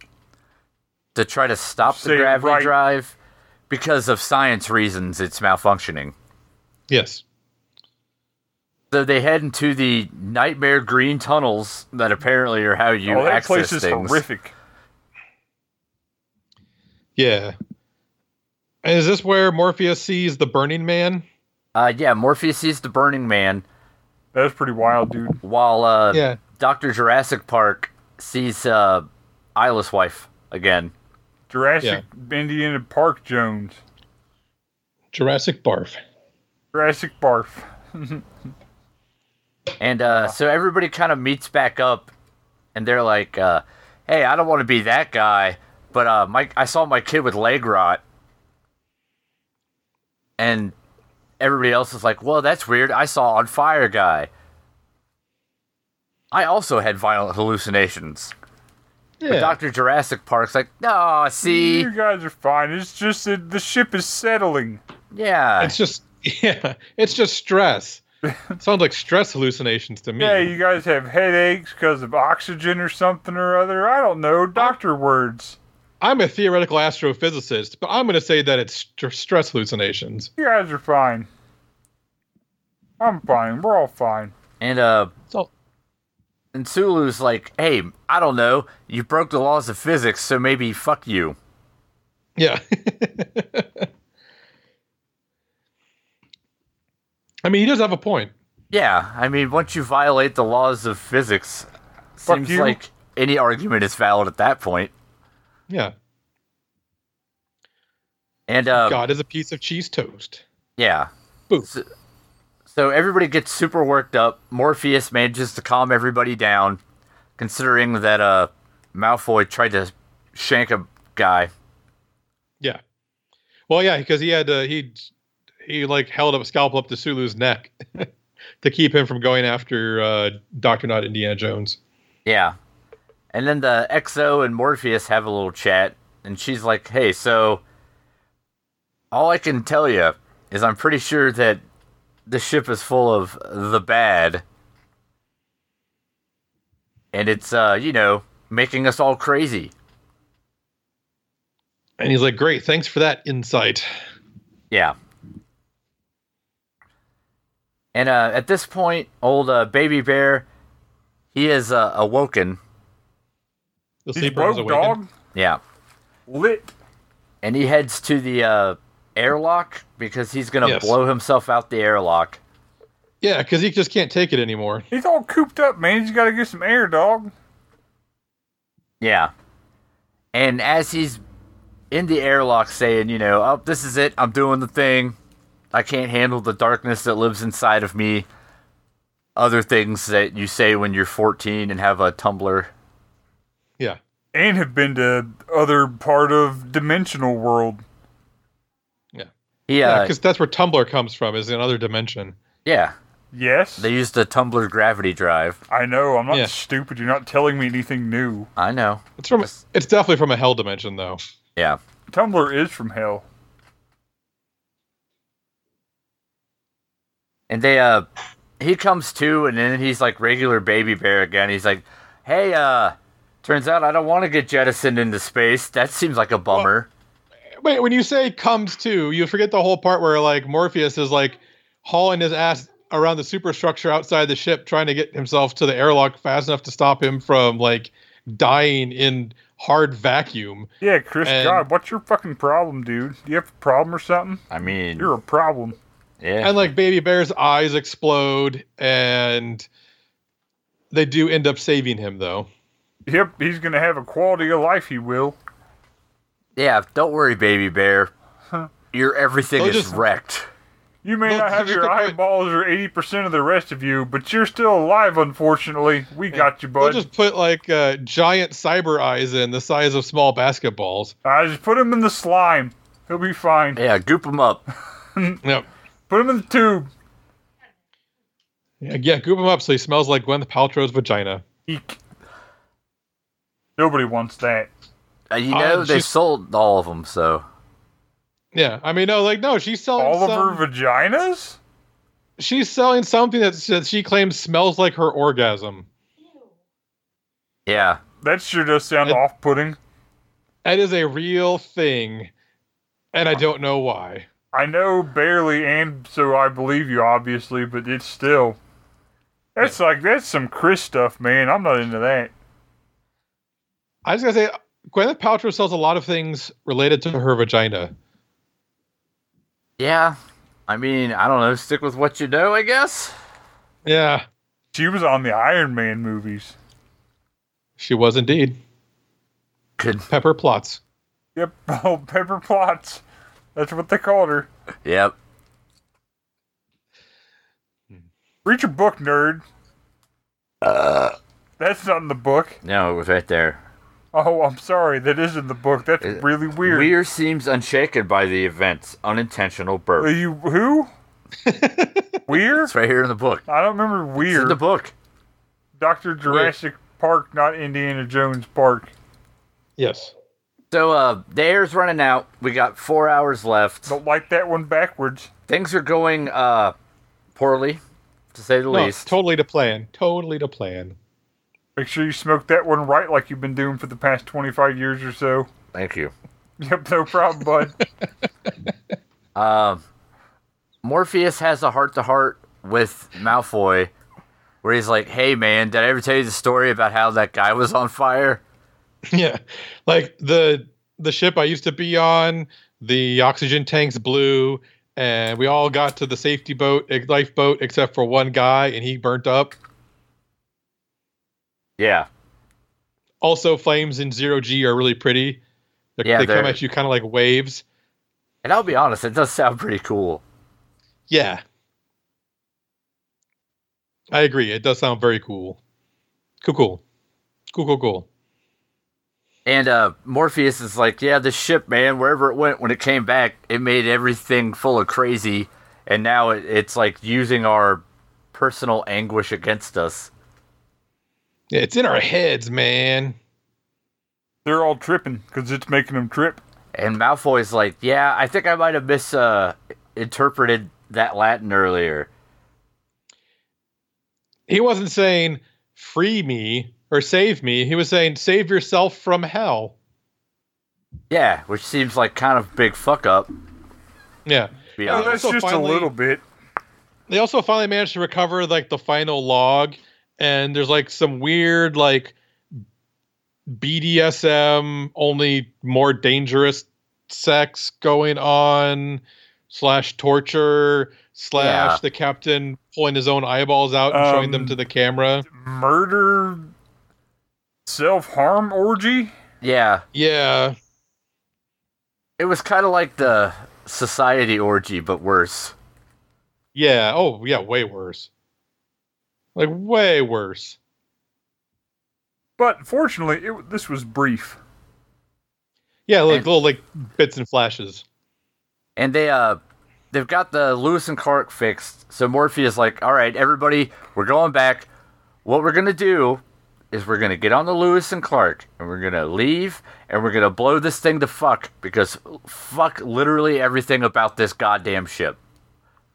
to try to stop
Say
the gravity
right.
drive because of science reasons. It's malfunctioning.
Yes.
So they head into the nightmare green tunnels that apparently are how you
oh, that
access
place is
things.
horrific.
Yeah. And Is this where Morpheus sees the Burning Man?
Uh, yeah, Morpheus sees the Burning Man
That's pretty wild, dude.
while uh,
Yeah.
Doctor Jurassic Park sees uh, Isla's wife again.
Jurassic Indiana Park Jones.
Jurassic Barf.
Jurassic Barf.
And uh, so everybody kind of meets back up, and they're like, uh, "Hey, I don't want to be that guy, but uh, my I saw my kid with leg rot." And everybody else is like, "Well, that's weird. I saw on fire guy. I also had violent hallucinations." But
Yeah.
Doctor Jurassic Park's like, "No, see,
You guys are fine. It's just that the ship is settling.
yeah,
it's just yeah, it's just stress. Sounds like stress hallucinations to me.
Yeah, you guys have headaches because of oxygen or something or other. I don't know. Doctor words.
I'm a theoretical astrophysicist, but I'm going to say that it's st- stress hallucinations.
You guys are fine. I'm fine. We're all fine.
And uh,
So
and Sulu's like, "Hey, I don't know. You broke the laws of physics, so maybe fuck you."
yeah. I mean, he does have a point.
Yeah, I mean, once you violate the laws of physics, seems
you.
like any argument is valid at that point.
Yeah.
And
Oh.
uh,
God is a piece of cheese toast.
yeah,
Boom.
So everybody gets super worked up. Morpheus manages to calm everybody down, considering that uh, Malfoy tried to shank a guy.
Yeah. Well, yeah, because he had uh, he he like held up scalpel up to Sulu's neck to keep him from going after uh, Doctor Not Indiana Jones.
Yeah. And then the Exo and Morpheus have a little chat, and she's like, "Hey, so all I can tell you is I'm pretty sure that the ship is full of the bad, and it's uh, you know, making us all crazy."
And he's like, "Great, thanks for that insight."
Yeah. And uh, at this point, old uh, baby bear, he is uh, awoken.
The
He's
sleeper is
broke, dog.
awakened.
Yeah.
Lit.
And he heads to the uh, airlock because he's going to
Yes.
blow himself out the airlock.
Yeah, because he just can't take it anymore.
He's all cooped up, man. He's got to get some air, dog.
Yeah. And as he's in the airlock saying, you know, oh, this is it. I'm doing the thing. I can't handle the darkness that lives inside of me. Other things that you say when you're 14 and have a Tumblr.
Yeah,
And have been to other part of dimensional world.
He,
yeah,
uh,
because that's where Tumblr comes from is another dimension.
yeah.
Yes,
They used the Tumblr gravity drive.
I know. I'm not
Yeah.
stupid. You're not telling me anything new.
I know.
It's from it's definitely from a hell dimension though.
Yeah.
Tumblr is from hell.
And they uh he comes to and then he's like regular baby bear again. He's like, Hey, uh turns out I don't want to get jettisoned into space. That seems like a bummer.
Wait, when you say comes to, you forget the whole part where like Morpheus is like hauling his ass around the superstructure outside the ship, trying to get himself to the airlock fast enough to stop him from like dying in hard vacuum.
Yeah, Chris.
And-
God, what's your fucking problem, dude? You have a problem or something?
I mean
You're a problem.
yeah.
And like Baby Bear's eyes explode, and they do end up saving him though.
Yep, he's gonna have a quality of life. He will.
Yeah, don't worry, baby bear. Your everything
They'll
is
just-
wrecked.
You may
Well,
not have
here's
your
the point.
eyeballs or 80% of the rest of you, but you're still alive, unfortunately. We got you,
They'll
bud.
just put like uh, giant cyber eyes in the size of small basketballs.
I just put him in the slime. He'll be fine.
Yeah, goop him up.
Yep.
Put him in the tube.
Yeah, yeah, goop him up so he smells like Gwyneth Paltrow's vagina.
Eek. Nobody wants that.
Uh, you
Oh,
know they
she's-
sold all of them, so
Yeah, I mean, no, like, no, she's selling.
All of
some-
her vaginas?
she's selling something that, that she claims smells like her orgasm.
yeah.
That sure does sound
It-
off putting.
That is a real thing, and I don't know why.
I know barely, and so I believe you, obviously, but it's still. That's like, that's some Chris stuff, man. I'm not into that.
I was gonna say, Gwyneth Paltrow sells a lot of things related to her vagina.
Yeah. I mean, I don't know, stick with what you know, I guess.
Yeah,
She was on the Iron Man movies.
she was indeed
Good
Pepper Plots.
Yep, oh, Pepper Plots. That's what they called her.
Yep.
Read your book, nerd. Uh. That's not in the book.
No, it was right there.
Oh, I'm sorry. That is in the book. That's really weird.
Weir seems unshaken by the event's unintentional
Are
burp.
you who? Weir?
It's right here in the book.
I don't remember
It's in the
Weir.
book.
Doctor Jurassic Park, not Indiana Jones Park.
Yes.
So uh, the air's running out. We got four hours left.
Don't like that one backwards.
Things are going uh, poorly, to say the
No,
least.
totally to plan. Totally to plan.
Make sure you smoke that one right, like you've been doing for the past 25 years or so.
Thank you.
Yep, no problem, bud.
Uh, Morpheus has a heart to heart with Malfoy, where he's like, "Hey, man, did I ever tell you the story about how that guy was on fire?"
yeah, like the the ship I used to be on, the oxygen tanks blew, and we all got to the safety boat, eh, lifeboat, except for one guy, and he burnt up.
Yeah,
Also, flames in zero G are really pretty. They're-
Yeah,
they come
they're-
at you kind of like waves.
and I'll be honest, it does sound pretty cool.
Yeah. I agree. It does sound very cool. Cool, cool. Cool, cool, cool.
And uh, Morpheus is like, "Yeah, this ship, man, wherever it went when it came back, it made everything full of crazy, and now it, it's like using our personal anguish against us."
Yeah, it's in our heads, man.
They're all tripping because it's making them trip.
And Malfoy's like, "Yeah, I think I might have misinterpreted that Latin earlier."
He wasn't saying free me or save me. He was saying save yourself from hell.
Yeah, which seems like kind of big fuck up. to
Yeah.
be
Yeah,
Oh,
honest.
that's
also
just
finally-
a little bit.
They also finally managed to recover like the final log and there's like some weird like BDSM only more dangerous sex going on slash torture slash
Yeah.
the captain pulling his own eyeballs out and showing them
Um,
to the camera.
Murder, self harm orgy.
Yeah,
Yeah.
it was kind of like the society orgy, but worse.
Yeah. Oh, yeah. Way worse. Like way worse.
But fortunately, it, this was brief.
Yeah, like
And-
little like bits and flashes.
And they uh, they've got the Lewis and Clark fixed. So Morpheus like, "All right, everybody, we're going back. What we're gonna do is we're gonna get on the Lewis and Clark, and we're gonna leave, and we're gonna blow this thing to fuck because fuck literally everything about this goddamn ship."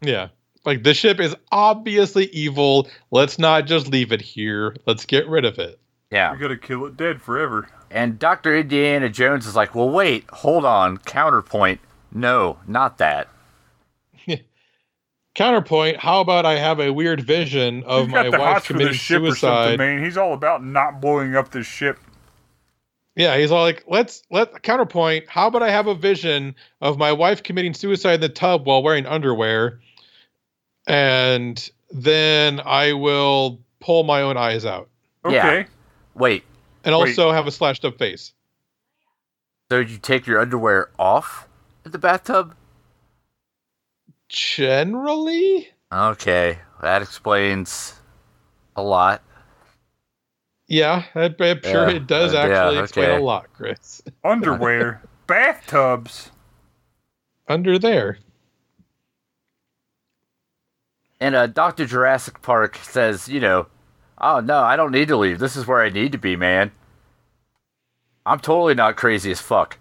Yeah. Like the ship is obviously evil. Let's not just leave it here. Let's get rid of it.
Yeah.
We gotta kill it dead forever.
And Dr. Indiana Jones is like, well, wait, hold on, counterpoint. No, not that.
Counterpoint, how about I have a weird vision of
He's
my
got the
wife
hots for
committing
this ship or something,
suicide?
man. He's all about not blowing up this ship.
Yeah, he's all like, let's let counterpoint, how about I have a vision of my wife committing suicide in the tub while wearing underwear? And then I will pull my own eyes out.
Okay.
Yeah. Wait,
And
Wait.
also have a slashed up face.
so you take your underwear off at the bathtub?
Generally?
Okay, that explains a lot.
Yeah, I- I'm
Yeah,
sure it does
uh, yeah,
actually explain
okay.
a lot, Chris.
Underwear, bathtubs.
Under there.
And uh, Dr. Jurassic Park says, you know, oh no, I don't need to leave. This is where I need to be, man. I'm totally not crazy as fuck.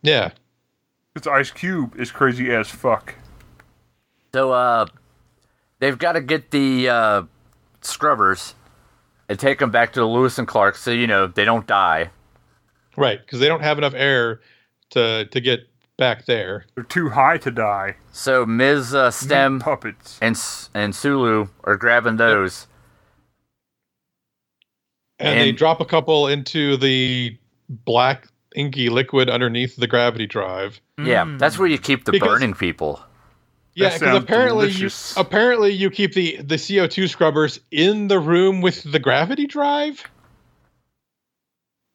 Yeah.
It's Ice Cube is crazy as fuck.
So uh, they've got to get the uh, scrubbers and take them back to the Lewis and Clark, so you know they don't die.
Right, because they don't have enough air to to get back there.
They're too high to die.
So Ms. Uh,
Mm.
Stem
puppets.
and S- and Sulu are grabbing those.
And, they
And-
drop a couple into the black inky liquid underneath the gravity drive.
Yeah,
Mm.
that's where you keep the
Because-
burning people.
Yeah, because
sounds
apparently you,
delicious.
apparently you keep the the CO two scrubbers in the room with the gravity drive.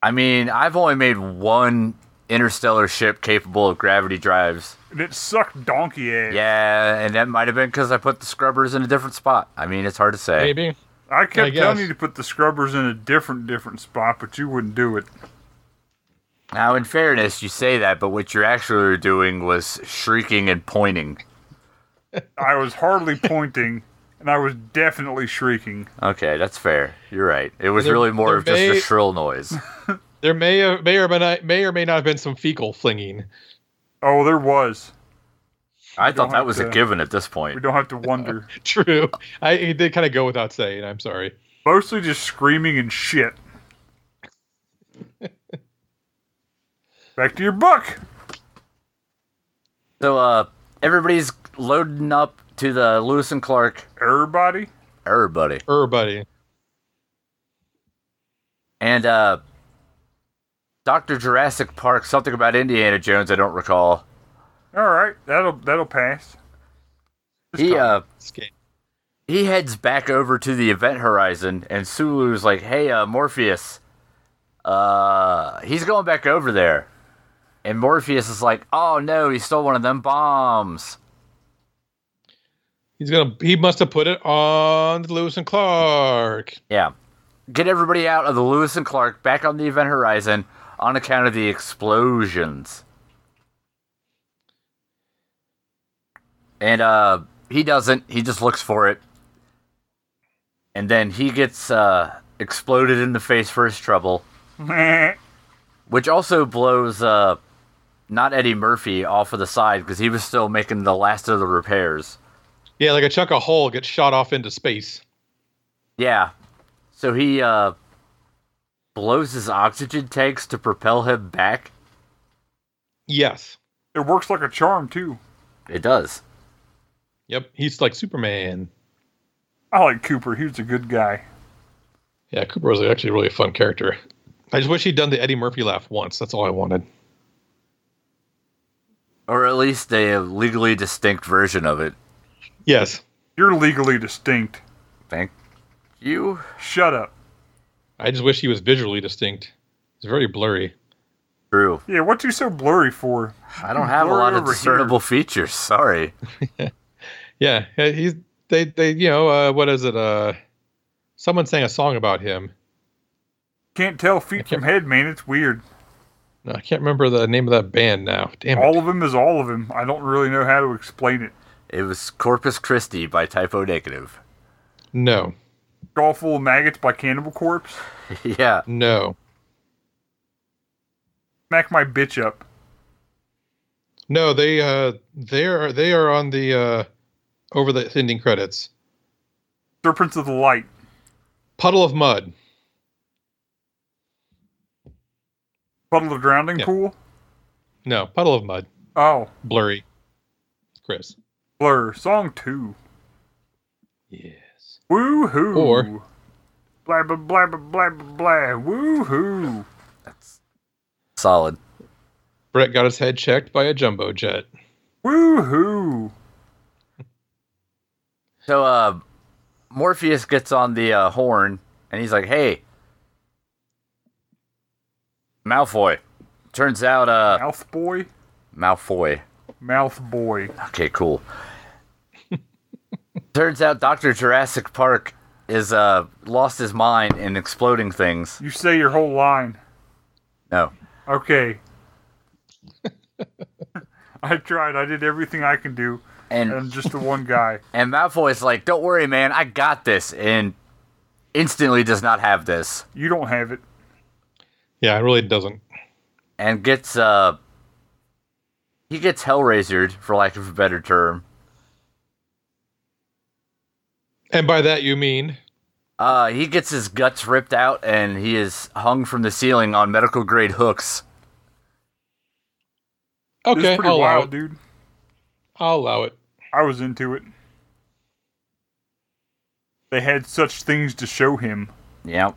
I mean, I've only made one interstellar ship capable of gravity drives.
And it sucked donkey ass.
Yeah, and that might have been because I put the scrubbers in a different spot. I mean, it's hard to say.
Maybe
I kept
I
telling
guess.
you to put the scrubbers in a different, different spot, but you wouldn't do it.
Now, in fairness, you say that, but what you're actually doing was shrieking and pointing.
I was hardly pointing, and I was definitely shrieking.
Okay, that's fair. You're right. It was
There-
really more
there
of just a
may-
shrill noise.
there may or may or may not, may or may not have been some fecal flinging.
Oh, there was.
I thought
don't
that
have
was a
to-
given at this
We
point.
don't have to wonder.
True, I it did kind of go without saying. I'm sorry.
Mostly just screaming and shit. Back to your book.
So, uh, everybody's loading up to the Lewis and Clark
Everybody?
everybody.
Everybody.
And uh Dr. Jurassic Park, something about Indiana Jones, I don't recall.
All right, that'll that'll pass.
He uh
This game.
he heads back over to the event horizon and Sulu's like, "Hey, uh Morpheus, uh he's going back over there." And Morpheus is like, "Oh no, he stole one of them bombs."
He's gonna. He must have put it on Lewis and Clark.
Yeah. Get everybody out of the Lewis and Clark back on the event horizon on account of the explosions. And uh he doesn't, he just looks for it. And then he gets uh exploded in the face for his trouble,
Meh.
which also blows uh not Eddie Murphy off of the side because he was still making the last of the repairs.
Yeah, like a chunk of hole gets shot off into space.
Yeah. So he uh blows his oxygen tanks to propel him back.
Yes.
it works like a charm too.
It does.
Yep. He's like Superman.
I like Cooper. He was a good guy.
Yeah, Cooper was actually really a fun character. I just wish he'd done the Eddie Murphy laugh once. That's all I wanted.
Or at least a legally distinct version of it.
Yes.
You're legally distinct.
Thank you.
Shut up.
I just wish he was visually distinct. He's very blurry.
True.
Yeah, what you so blurry for?
I don't have a
Blur
lot of
over
discernible features. Sorry.
Yeah, yeah, he's they they you know uh, what is it? Uh, someone sang a song about him.
Can't tell feet from head, man. It's weird.
No, I can't remember the name of that band now. Damn it.
All of them is all of them. I don't really know how to explain it.
It was Corpus Christi by Typo Negative.
no,
All full of maggots by Cannibal Corpse.
yeah.
no,
Smack my bitch up.
no. They uh they are they are on the uh over the ending credits.
Serpents of the Light.
Puddle of mud.
Puddle of Drowning
Yeah.
Pool.
No, puddle of mud.
Oh,
Blurry. Chris.
Blur. Song two.
Yes.
Woo hoo.
Or-
blah blah blah blah blah blah, blah. Woo hoo.
That's solid.
Brett got his head checked by a jumbo jet.
Woo hoo.
So uh Morpheus gets on the uh, horn and he's like, "Hey, Malfoy." Turns out uh
Mouth boy.
Malfoy.
Mouth boy.
Okay, cool. Turns out Dr. Jurassic Park is uh lost his mind in exploding things.
You say your whole line.
No.
Okay. I tried. I did everything I can do. I'm
And
just the one guy.
and Malfoy's like, "Don't worry, man. I got this." And instantly does not have this
You don't have it.
Yeah, it really doesn't.
and gets uh he gets hellraisered for lack of a better term.
And by that you mean
Uh he gets his guts ripped out and he is hung from the ceiling on medical grade hooks.
This is
okay?
pretty
I'll allow
wild,
it.
dude.
I'll allow it.
I was into it. They had such things to show him.
Yeah.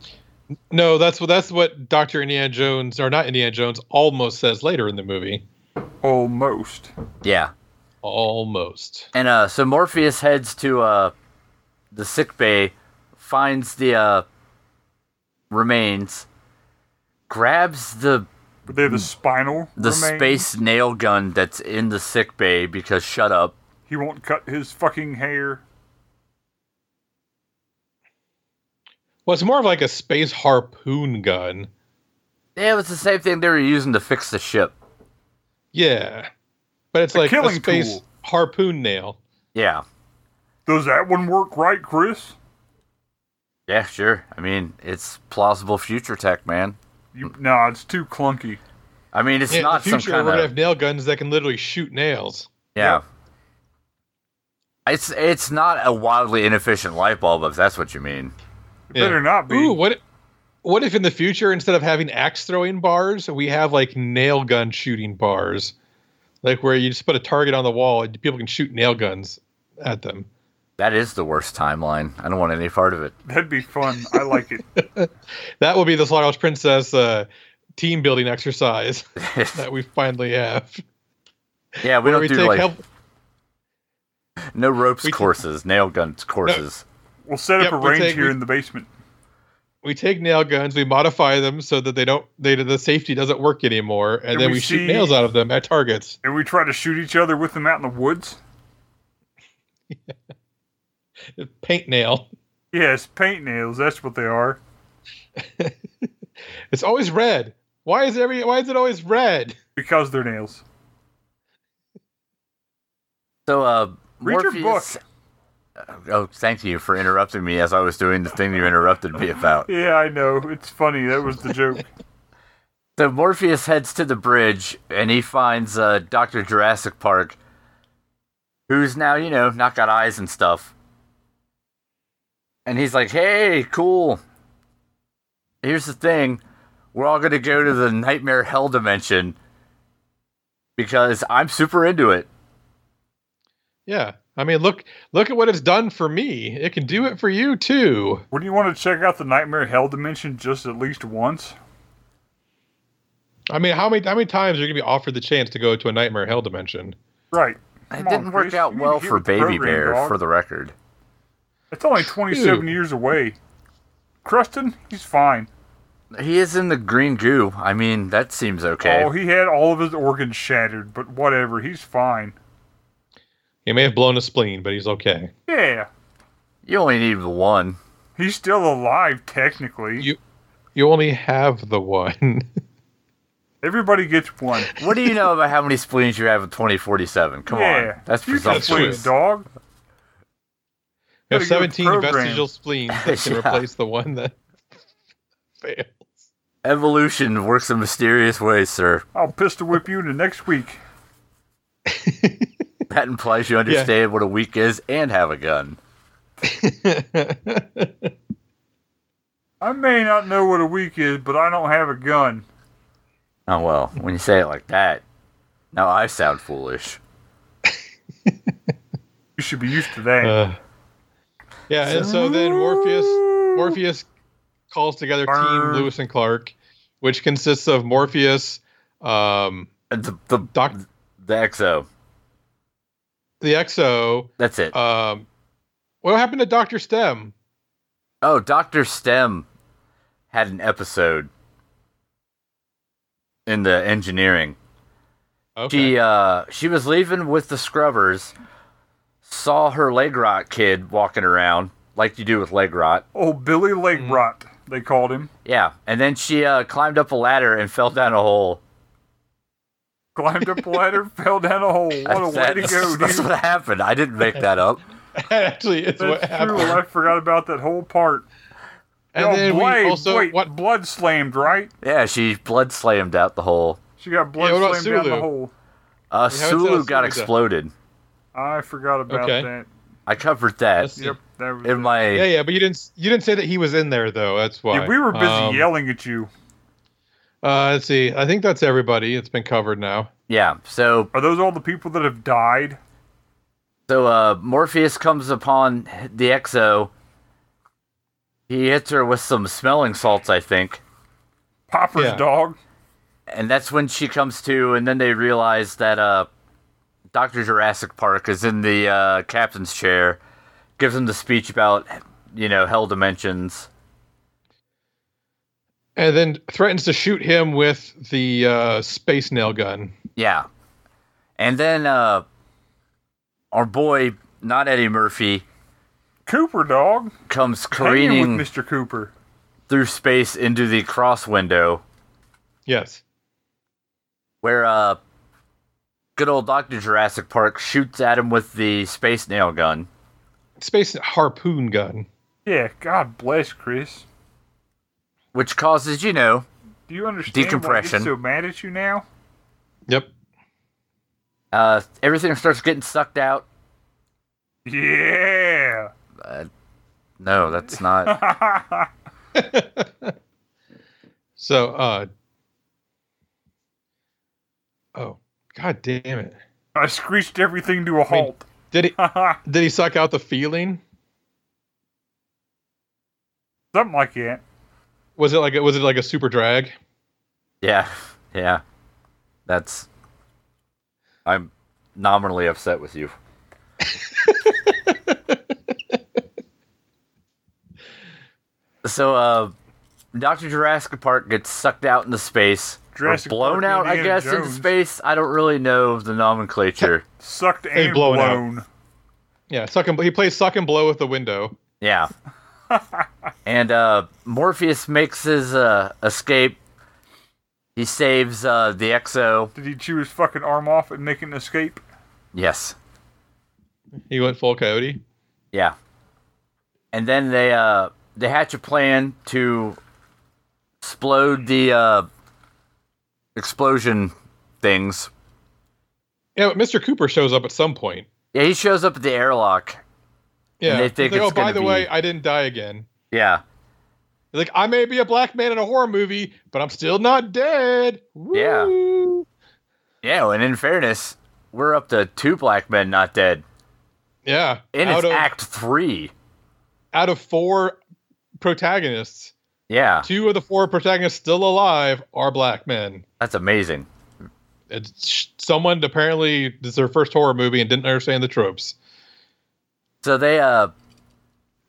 No, that's what that's what Doctor Indiana Jones or not Indiana Jones almost says later in the movie.
Almost.
Yeah.
Almost.
And uh, so Morpheus heads to uh, the sick bay, finds the uh, remains, grabs the
But they're the
Hmm.
spinal.
the
remains.
space nail gun that's in the sick bay because shut up.
He won't cut his fucking hair.
Well, it's more of like a space harpoon gun.
Yeah, it was the same thing they were using to fix the ship.
Yeah, but it's
A
like a
killing
space
tool.
harpoon nail.
Yeah,
Does that one work right, Chris?
yeah, sure. I mean, it's plausible future tech, man.
You, nah, it's too clunky.
I mean, it's
Yeah,
not
in the
some
future, we're
kind
gonna
of
have nail guns that can literally shoot nails.
yeah. It's it's not a wildly inefficient light bulb, if that's what you mean.
It
Yeah.
better not be.
Ooh, what? What if in the future, instead of having axe throwing bars, we have like nail gun shooting bars, like where you just put a target on the wall and people can shoot nail guns at them.
That is the worst timeline. I don't want any part of it.
That'd be fun. I like it.
That will be the Slaughterhouse Princess uh, team building exercise that we finally have.
yeah, we don't
we
do
take
like
help.
no ropes
we take-
courses, nail guns courses.
We'll set up
Yep,
a
we
range
take-
here
we-
in the basement.
We take nail guns. We modify them so that they don't. They the safety doesn't work anymore, and,
And
then
we
we,
see-
shoot nails out of them at targets.
And we try to shoot each other with them out in the woods.
Paint nail.
Yes, paint nails. That's what they are.
It's always red. Why is every? Why is it always red?
Because they're nails.
So, uh,
Read your
Morpheus- Oh, thank you for interrupting me as I was doing the thing you interrupted me about.
Yeah, I know. It's funny. That was the joke.
So Morpheus heads to the bridge and he finds uh, Dr. Jurassic Park, who's now, you know, not got eyes and stuff. And he's like, hey, cool. Here's the thing we're all going to go to the Nightmare Hell dimension because I'm super into it.
Yeah, I mean, look, look at what it's done for me. It can do it for you too.
Wouldn't you want to check out the Nightmare Hell dimension just at least once?
I mean, how many how many times are you gonna be offered the chance to go to a nightmare hell dimension?
Right.
It
Come on,
didn't work
Chris.
out
You need
well
to get
for
with the
Baby
program,
Bear,
dog.
for the record.
It's only 27
Ew.
years away. Cruston, he's fine.
He is in the green goo. I mean, that seems okay.
Oh, he had all of his organs shattered, but whatever. He's fine.
He may have blown a spleen, but he's okay.
Yeah.
you only need one.
He's still alive, technically.
You- You only have the one.
Everybody gets one.
What do you know about how many spleens you have in 2047? Come
yeah.
on. That's
you can
something.
presumptuous.
please, dog.
You have
Gotta get with
17
program.
vestigial spleens that can
Yeah.
replace the one that failed.
Evolution works in mysterious ways, sir.
I'll pistol whip you into next week.
That implies you understand what a week is and have a gun.
I may not know what a week is, but I don't have a gun.
Oh, well, when you say it like that, now I sound foolish.
You should be used to that.
Uh, yeah, and so then Morpheus Morpheus calls together Team
Burn.
Lewis and Clark, which consists of Morpheus, um,
And Uh, The, the,
Doc,
the XO.
the EXO.
That's it.
Uh,
Um, what happened to Doctor Stem?
oh, Dr. Stem had an episode in the engineering.
Okay.
She uh she was leaving with the scrubbers, saw her leg rot kid walking around like you do with leg rot.
oh, Billy Lake
Mhm.
Rot, they called him.
Yeah, and then she uh, climbed up a ladder and fell down a hole.
Climbed up a ladder, fell down a hole. What a way
That-
to go, dude.
That's what happened. I didn't make that up.
Actually, it's what
That's true.
happened.
I forgot about that whole part.
And
oh,
then
Blade,
we also
wait,
what?
blood slammed, right?
Yeah, she blood slammed out the hole.
She got blood
Yeah, what about
slammed down the
Sulu?
hole.
Uh,
We haven't said
Sulu
a
got
story, though.
exploded.
I forgot about
Okay.
that.
I covered that
Let's see.
Yep, that was.
in my.
Yeah, yeah, but you didn't you didn't say that he was in there though. That's why.
Yeah, we were busy
Um,
yelling at you.
Uh, let's see. I think that's everybody. It's been covered now.
yeah. So
Are those all the people that have died?
So uh, Morpheus comes upon the Exo. He hits her with some smelling salts, I think,
Popper's
Yeah.
dog.
and that's when she comes to. And then they realize that uh, Doctor Jurassic Park is in the uh, captain's chair, gives him the speech about you know hell dimensions.
And then threatens to shoot him with the uh, space nail gun.
Yeah. And then uh, our boy, not Eddie Murphy,
Cooper dog.
comes
Hanging
careening
with Mr. Cooper.
through space into the cross window.
Yes.
where uh good old Dr. Jurassic Park shoots at him with the space nail gun.
Space harpoon gun.
Yeah, God bless Chris.
Which causes, you know,
Do you understand why
Decompression.
he's so mad at you now?
Yep.
uh, everything starts getting sucked out.
Yeah.
No, that's not.
So, uh, oh, god damn it.
I screeched everything to a halt.
Did he did he suck out the feeling?
Something like that.
Was it like a, was it like a super drag?
Yeah, yeah. That's. I'm nominally upset with you. so, uh, Doctor Jurassic Park gets sucked out into space,
Jurassic
or blown
Park,
out, I
Indiana
guess, into
Jones.
space. I don't really know the nomenclature.
Sucked and
Hey, blown
blown.
out. Yeah, suck and he plays suck and blow with the window.
Yeah. and uh, Morpheus makes his uh, escape. He saves uh, the Exo.
Did he chew his fucking arm off and make an escape?
Yes.
He went full coyote.
Yeah. And then they uh, they hatch a plan to explode the uh, explosion things.
Yeah, but Mr. Cooper shows up at some point.
Yeah, he shows up at the airlock.
Yeah,
they think
He's like,
it's
oh,
gonna
by the way,
be-
I didn't die again.
Yeah.
He's like, I may be a black man in a horror movie, but I'm still not dead.
Yeah.
Woo.
Yeah, and in fairness, we're up to two black men not dead.
yeah.
And
out
it's
of
Act 3.
out of four protagonists,
Yeah,
two of the four protagonists still alive are black men.
that's amazing.
It's someone apparently this is their first horror movie and didn't understand the tropes.
So they uh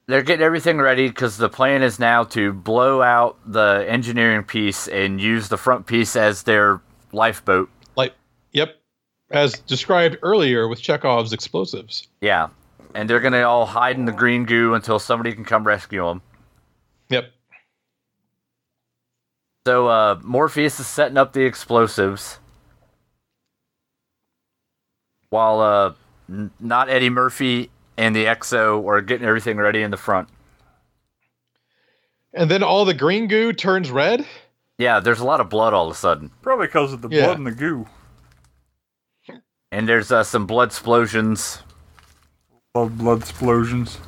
they're getting everything ready because the plan is now to blow out the engineering piece and use the front piece as their lifeboat.
Like, yep, as described earlier with Chekhov's explosives.
Yeah, and they're gonna all hide in the green goo until somebody can come rescue them.
Yep.
So uh, Morpheus is setting up the explosives while uh, n- not Eddie Murphy and the EXO are getting everything ready in the front.
And then all the green goo turns red.
Yeah, there's a lot of blood all of a sudden.
Probably because of the
Yeah.
blood and the goo.
And there's uh, some blood explosions.
Love blood explosions.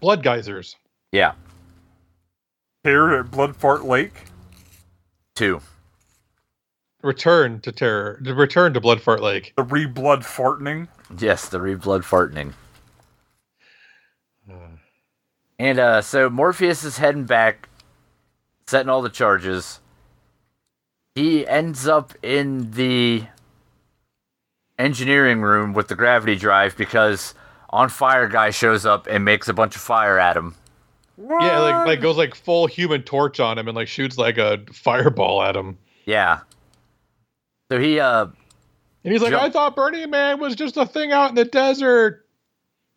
Blood geysers.
Yeah,
Here at Blood Fart Lake.
two.
Return to terror. The Return to Blood Fart Lake.
The re blood fartening.
Yes, the reblood fartening.
Hmm.
And uh, so Morpheus is heading back, setting all the charges. He ends up in the engineering room with the gravity drive because on fire guy shows up and makes a bunch of fire at him.
What?
Yeah, like like goes like full human torch on him and like shoots like a fireball at him.
Yeah. So he uh
And he's like,
Jump.
I thought Burning Man was just a thing out in the desert.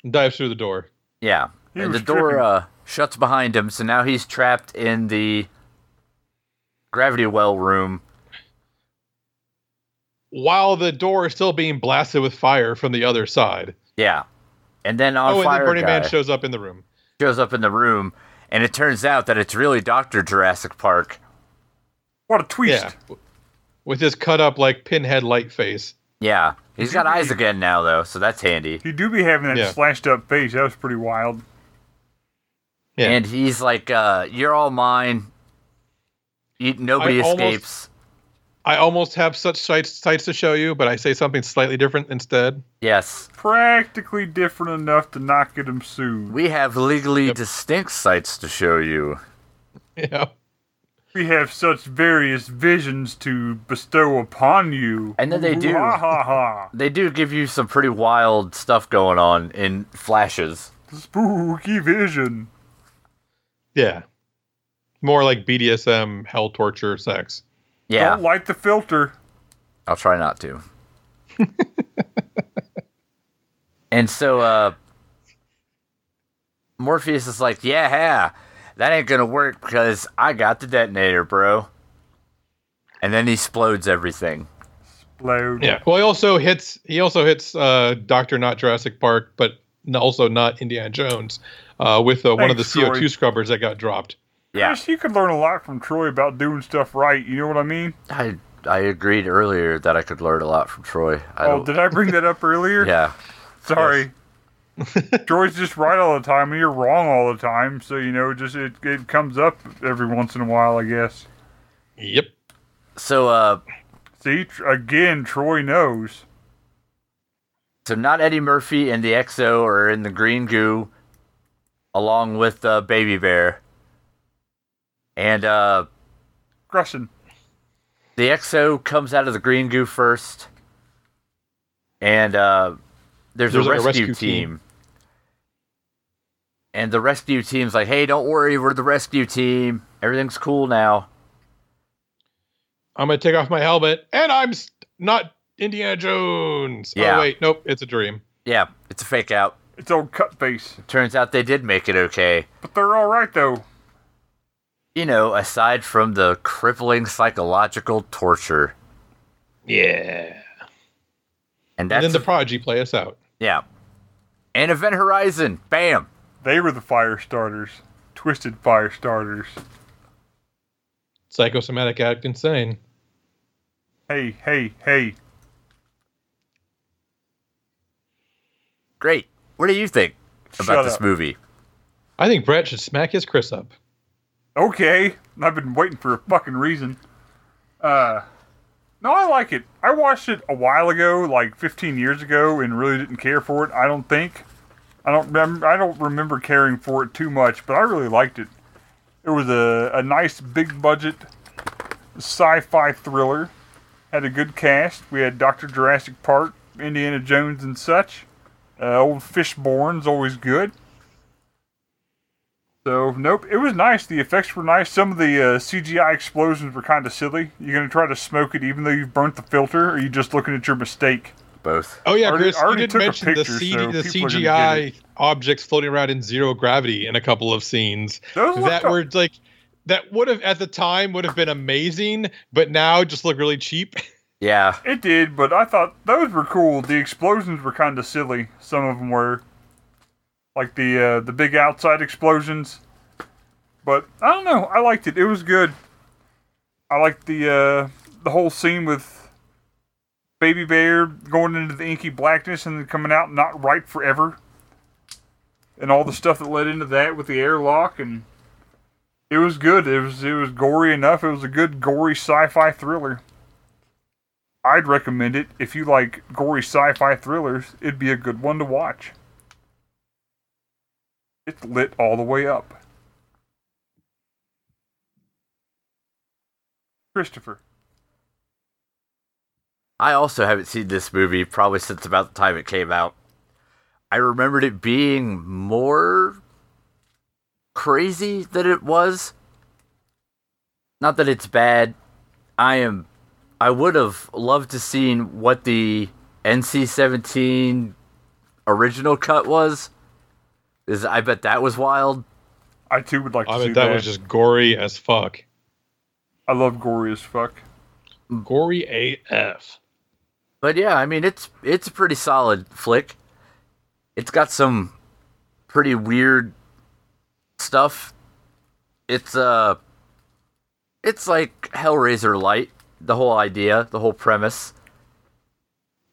And dives through the door.
yeah.
He
and the
was
door
tripping.
uh shuts behind him, so now he's trapped in the gravity well room.
While the door is still being blasted with fire from the other side.
Yeah. And then on
oh, and
fire
then Burning
guy,
Man shows up in the room.
shows up in the room, and it turns out that it's really Doctor Jurassic Park.
What a twist.
Yeah. With his cut up like pinhead light face.
Yeah, he's got
Did
eyes
he-
again now though, so that's handy.
He do be having that
Yeah.
slashed up face. That was pretty wild.
Yeah.
And he's like, uh, "You're all mine. You, nobody
I almost-
escapes."
I almost have such sights sights to show you, but I say something slightly different instead.
Yes,
Practically different enough to not get him sued.
we have legally distinct sights to show you.
Yeah.
We have such various visions to bestow upon you.
And then they do.
Ha ha ha.
They do give you some pretty wild stuff going on in flashes.
Spooky vision.
Yeah. More like BDSM, hell torture, sex.
Yeah,
Don't light the filter.
I'll try not to. and so uh Morpheus is like, "Yeah, yeah, that ain't gonna work because I got the detonator, bro." And then he explodes everything.
Load.
Yeah. Well, he also hits. He also hits uh, Doctor Not Jurassic Park, but n- also not Indiana Jones, uh, with uh, one of the
Thanks,
CO two
Troy.
scrubbers that got dropped.
Yeah,
Chris, you could learn a lot from Troy about doing stuff right. You know what I mean?
I I agreed earlier that I could learn a lot from Troy. I
Oh,
don't,
did I bring that up earlier?
yeah,
Sorry. Troy's just right all the time, and you're wrong all the time. So you know, just it, it comes up every once in a while, I guess.
Yep.
so uh
See, tr- again, Troy knows.
So not Eddie Murphy and the EXO are in the green goo, along with uh, Baby Bear, and uh,
Grushin.
the EXO comes out of the green goo first, and uh, there's,
There's
a
like
rescue, team. And the rescue team's like, "Hey, don't worry, we're the rescue team. Everything's cool now."
I'm gonna take off my helmet, and I'm st- not Indiana Jones.
Yeah.
Oh wait, nope, it's a dream.
Yeah, it's a fake out.
It's old cut face.
Turns out they did make it okay.
But they're all right though.
You know, aside from the crippling psychological torture,
Yeah.
and
And
that's
then the prodigy play us out.
yeah, and Event Horizon, bam.
They were the fire starters. Twisted fire starters.
Psychosomatic addict insane.
Hey, hey, hey.
Great. What do you think about
Shut
this
up.
movie?
I think Brett should smack his Chris up.
Okay. I've been waiting for a fucking reason. Uh no, I like it. I watched it a while ago, like 15 years ago, and really didn't care for it. I don't think. I don't remember. I don't remember caring for it too much, but I really liked it. It was a, a nice big budget sci-fi thriller. Had a good cast. We had Doctor Jurassic Park, Indiana Jones, and such. Uh, old Fishborn's always good. So nope, it was nice. The effects were nice. Some of the uh, CGI explosions were kind of silly. You're gonna try to smoke it, even though you've burnt the filter, or are you just looking at your mistake?
Both.
Oh yeah,
Already-
Chris,
already
you did
took a
mention
picture,
the, CD,
so
the
people are gonna get
CGI objects floating around in zero gravity in a couple of scenes
Those looked
that
o-
were like that would have at the time would have been amazing, but now just look really cheap.
Yeah.
It did, but I thought those were cool. The explosions were kind of silly. Some of them were, like the uh, the big outside explosions. But I don't know. I liked it. It was good. I liked the uh, the whole scene with Baby Bear going into the inky blackness and then coming out not right forever, and all the stuff that led into that with the airlock and. It was good. It was it was gory enough. It was a good gory sci-fi thriller. I'd recommend it if you like gory sci-fi thrillers. It'd be a good one to watch. It's lit all the way up. Christopher,
I also haven't seen this movie probably since about the time it came out. I remembered it being more crazy than it was. Not that it's bad. I am I would have loved to seen what the NC-17 original cut was. Is I bet that was wild.
I too would like to
I
see
mean,
that.
that was just gory as fuck.
I love gory as fuck.
Gory AF.
But yeah, I mean it's it's a pretty solid flick. It's got some pretty weird stuff. It's uh it's like Hellraiser light, the whole idea, the whole premise.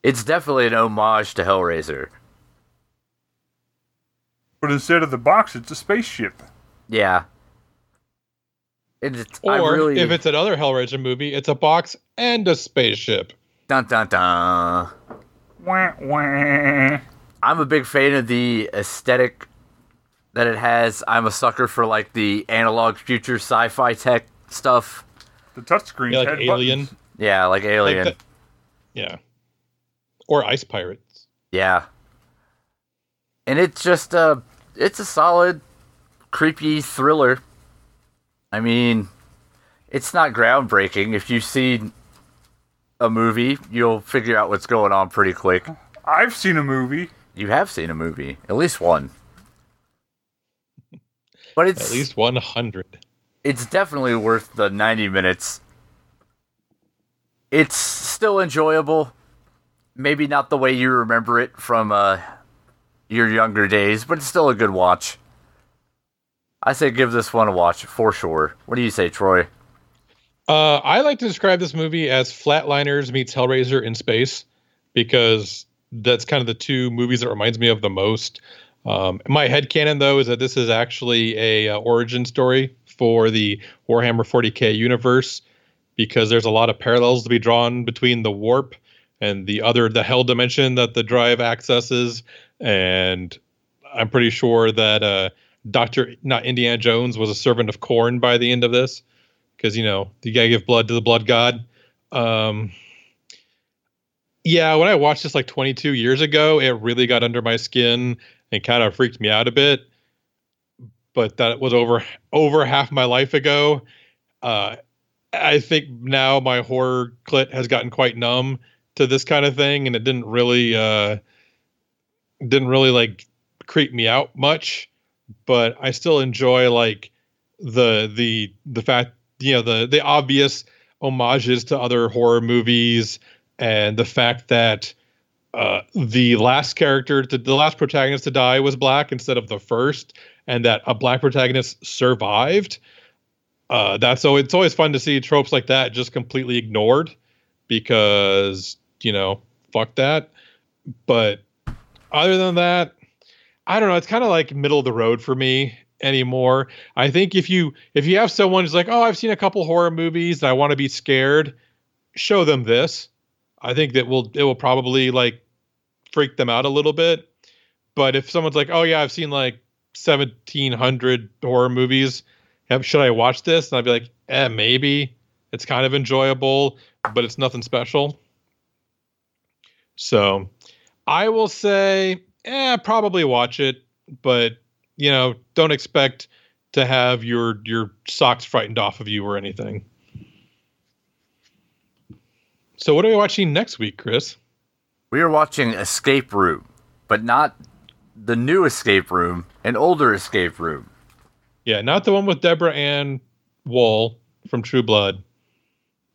It's definitely an homage to Hellraiser.
But instead of the box, it's a spaceship.
Yeah. And it's I
Or
really
if it's another Hellraiser movie, it's a box and a spaceship.
dun dun dun.
Wah, wah.
I'm a big fan of the aesthetic that it has. I'm a sucker for like the analog future sci-fi tech stuff.
The touchscreen
Yeah, like
had
Alien.
buttons.
Oh, Yeah, like
Like
Alien.
that- yeah. Or Ice Pirates.
yeah. And it's just uh it's a solid creepy thriller. I mean, it's not groundbreaking. If you've seen a movie, you'll figure out what's going on pretty quick.
I've seen a movie.
You have seen a movie, at least one. But it's
At least 100.
it's definitely worth the 90 minutes. It's still enjoyable. Maybe not the way you remember it from uh, your younger days, but it's still a good watch. I say give this one a watch for sure. What do you say, Troy?
Uh, I like to describe this movie as Flatliners meets Hellraiser in space because that's kind of the two movies that reminds me of the most. Um, my headcanon, though, is that this is actually a uh, origin story for the Warhammer 40K universe because there's a lot of parallels to be drawn between the warp and the other the hell dimension that the drive accesses and i'm pretty sure that uh dr not indiana jones was a servant of corn by the end of this because you know you gotta give blood to the blood god um yeah when i watched this like 22 years ago it really got under my skin and kind of freaked me out a bit but that was over over half my life ago uh I think now my horror clit has gotten quite numb to this kind of thing, and it didn't really uh, didn't really like creep me out much. But I still enjoy like the the the fact you know the the obvious homages to other horror movies, and the fact that uh, the last character to the last protagonist to die was black instead of the first, and that a black protagonist survived uh, that's so it's always fun to see tropes like that just completely ignored because you know fuck that but other than that i don't know it's kind of like middle of the road for me anymore i think if you if you have someone who's like oh i've seen a couple horror movies and i want to be scared show them this i think that will it will probably like freak them out a little bit but if someone's like oh yeah i've seen like 1700 horror movies have, should I watch this? And I'd be like, eh, maybe. It's kind of enjoyable, but it's nothing special. So I will say, eh, probably watch it, but you know, don't expect to have your your socks frightened off of you or anything. So what are we watching next week, Chris?
We are watching Escape Room, but not the new Escape Room, an older Escape Room.
Yeah, not the one with Deborah Ann Wool from True Blood.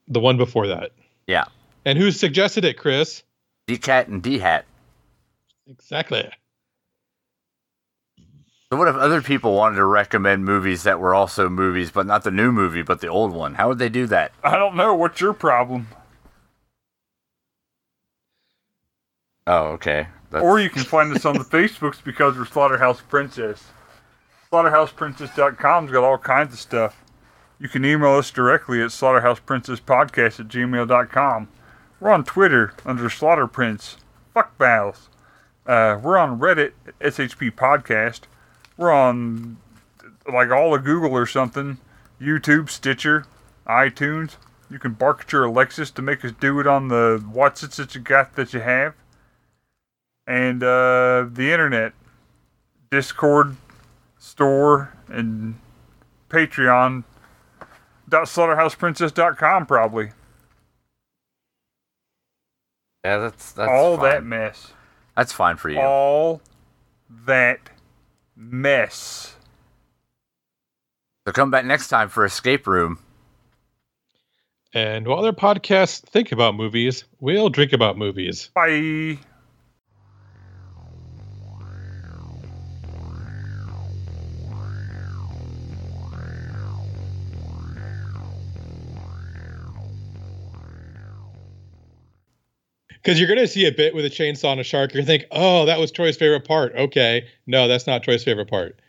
The one before that.
Yeah.
And who suggested it, Chris?
D Cat and D Hat.
Exactly.
So, what if other people wanted to recommend movies that were also movies, but not the new movie, but the old one? How would they do that?
I don't know. What's your problem?
Oh, okay. That's-
Or you can find us on the Facebooks because we're Slaughterhouse Princess. SlaughterhousePrincess.com's got all kinds of stuff. You can email us directly at slaughterhouseprincesspodcast at gmail.com. We're on Twitter under SlaughterPrince. Fuck Bowels. Uh, we're on Reddit at SHP Podcast. We're on like all of Google or something. YouTube, Stitcher, iTunes. You can bark at your Alexis to make us do it on the what's it that you got that you have. And uh, the internet. Discord, store and Patreon. slaughterhouseprincess.com probably
yeah, that's, that's
all
fine.
that mess
That's fine for you.
all that mess
so, come back next time for Escape Room.
And while other podcasts think about movies, we'll drink about movies.
bye
Because you're going to see a bit with a chainsaw and a shark. You're going to think, oh, that was Troy's favorite part. Okay. No, that's not Troy's favorite part.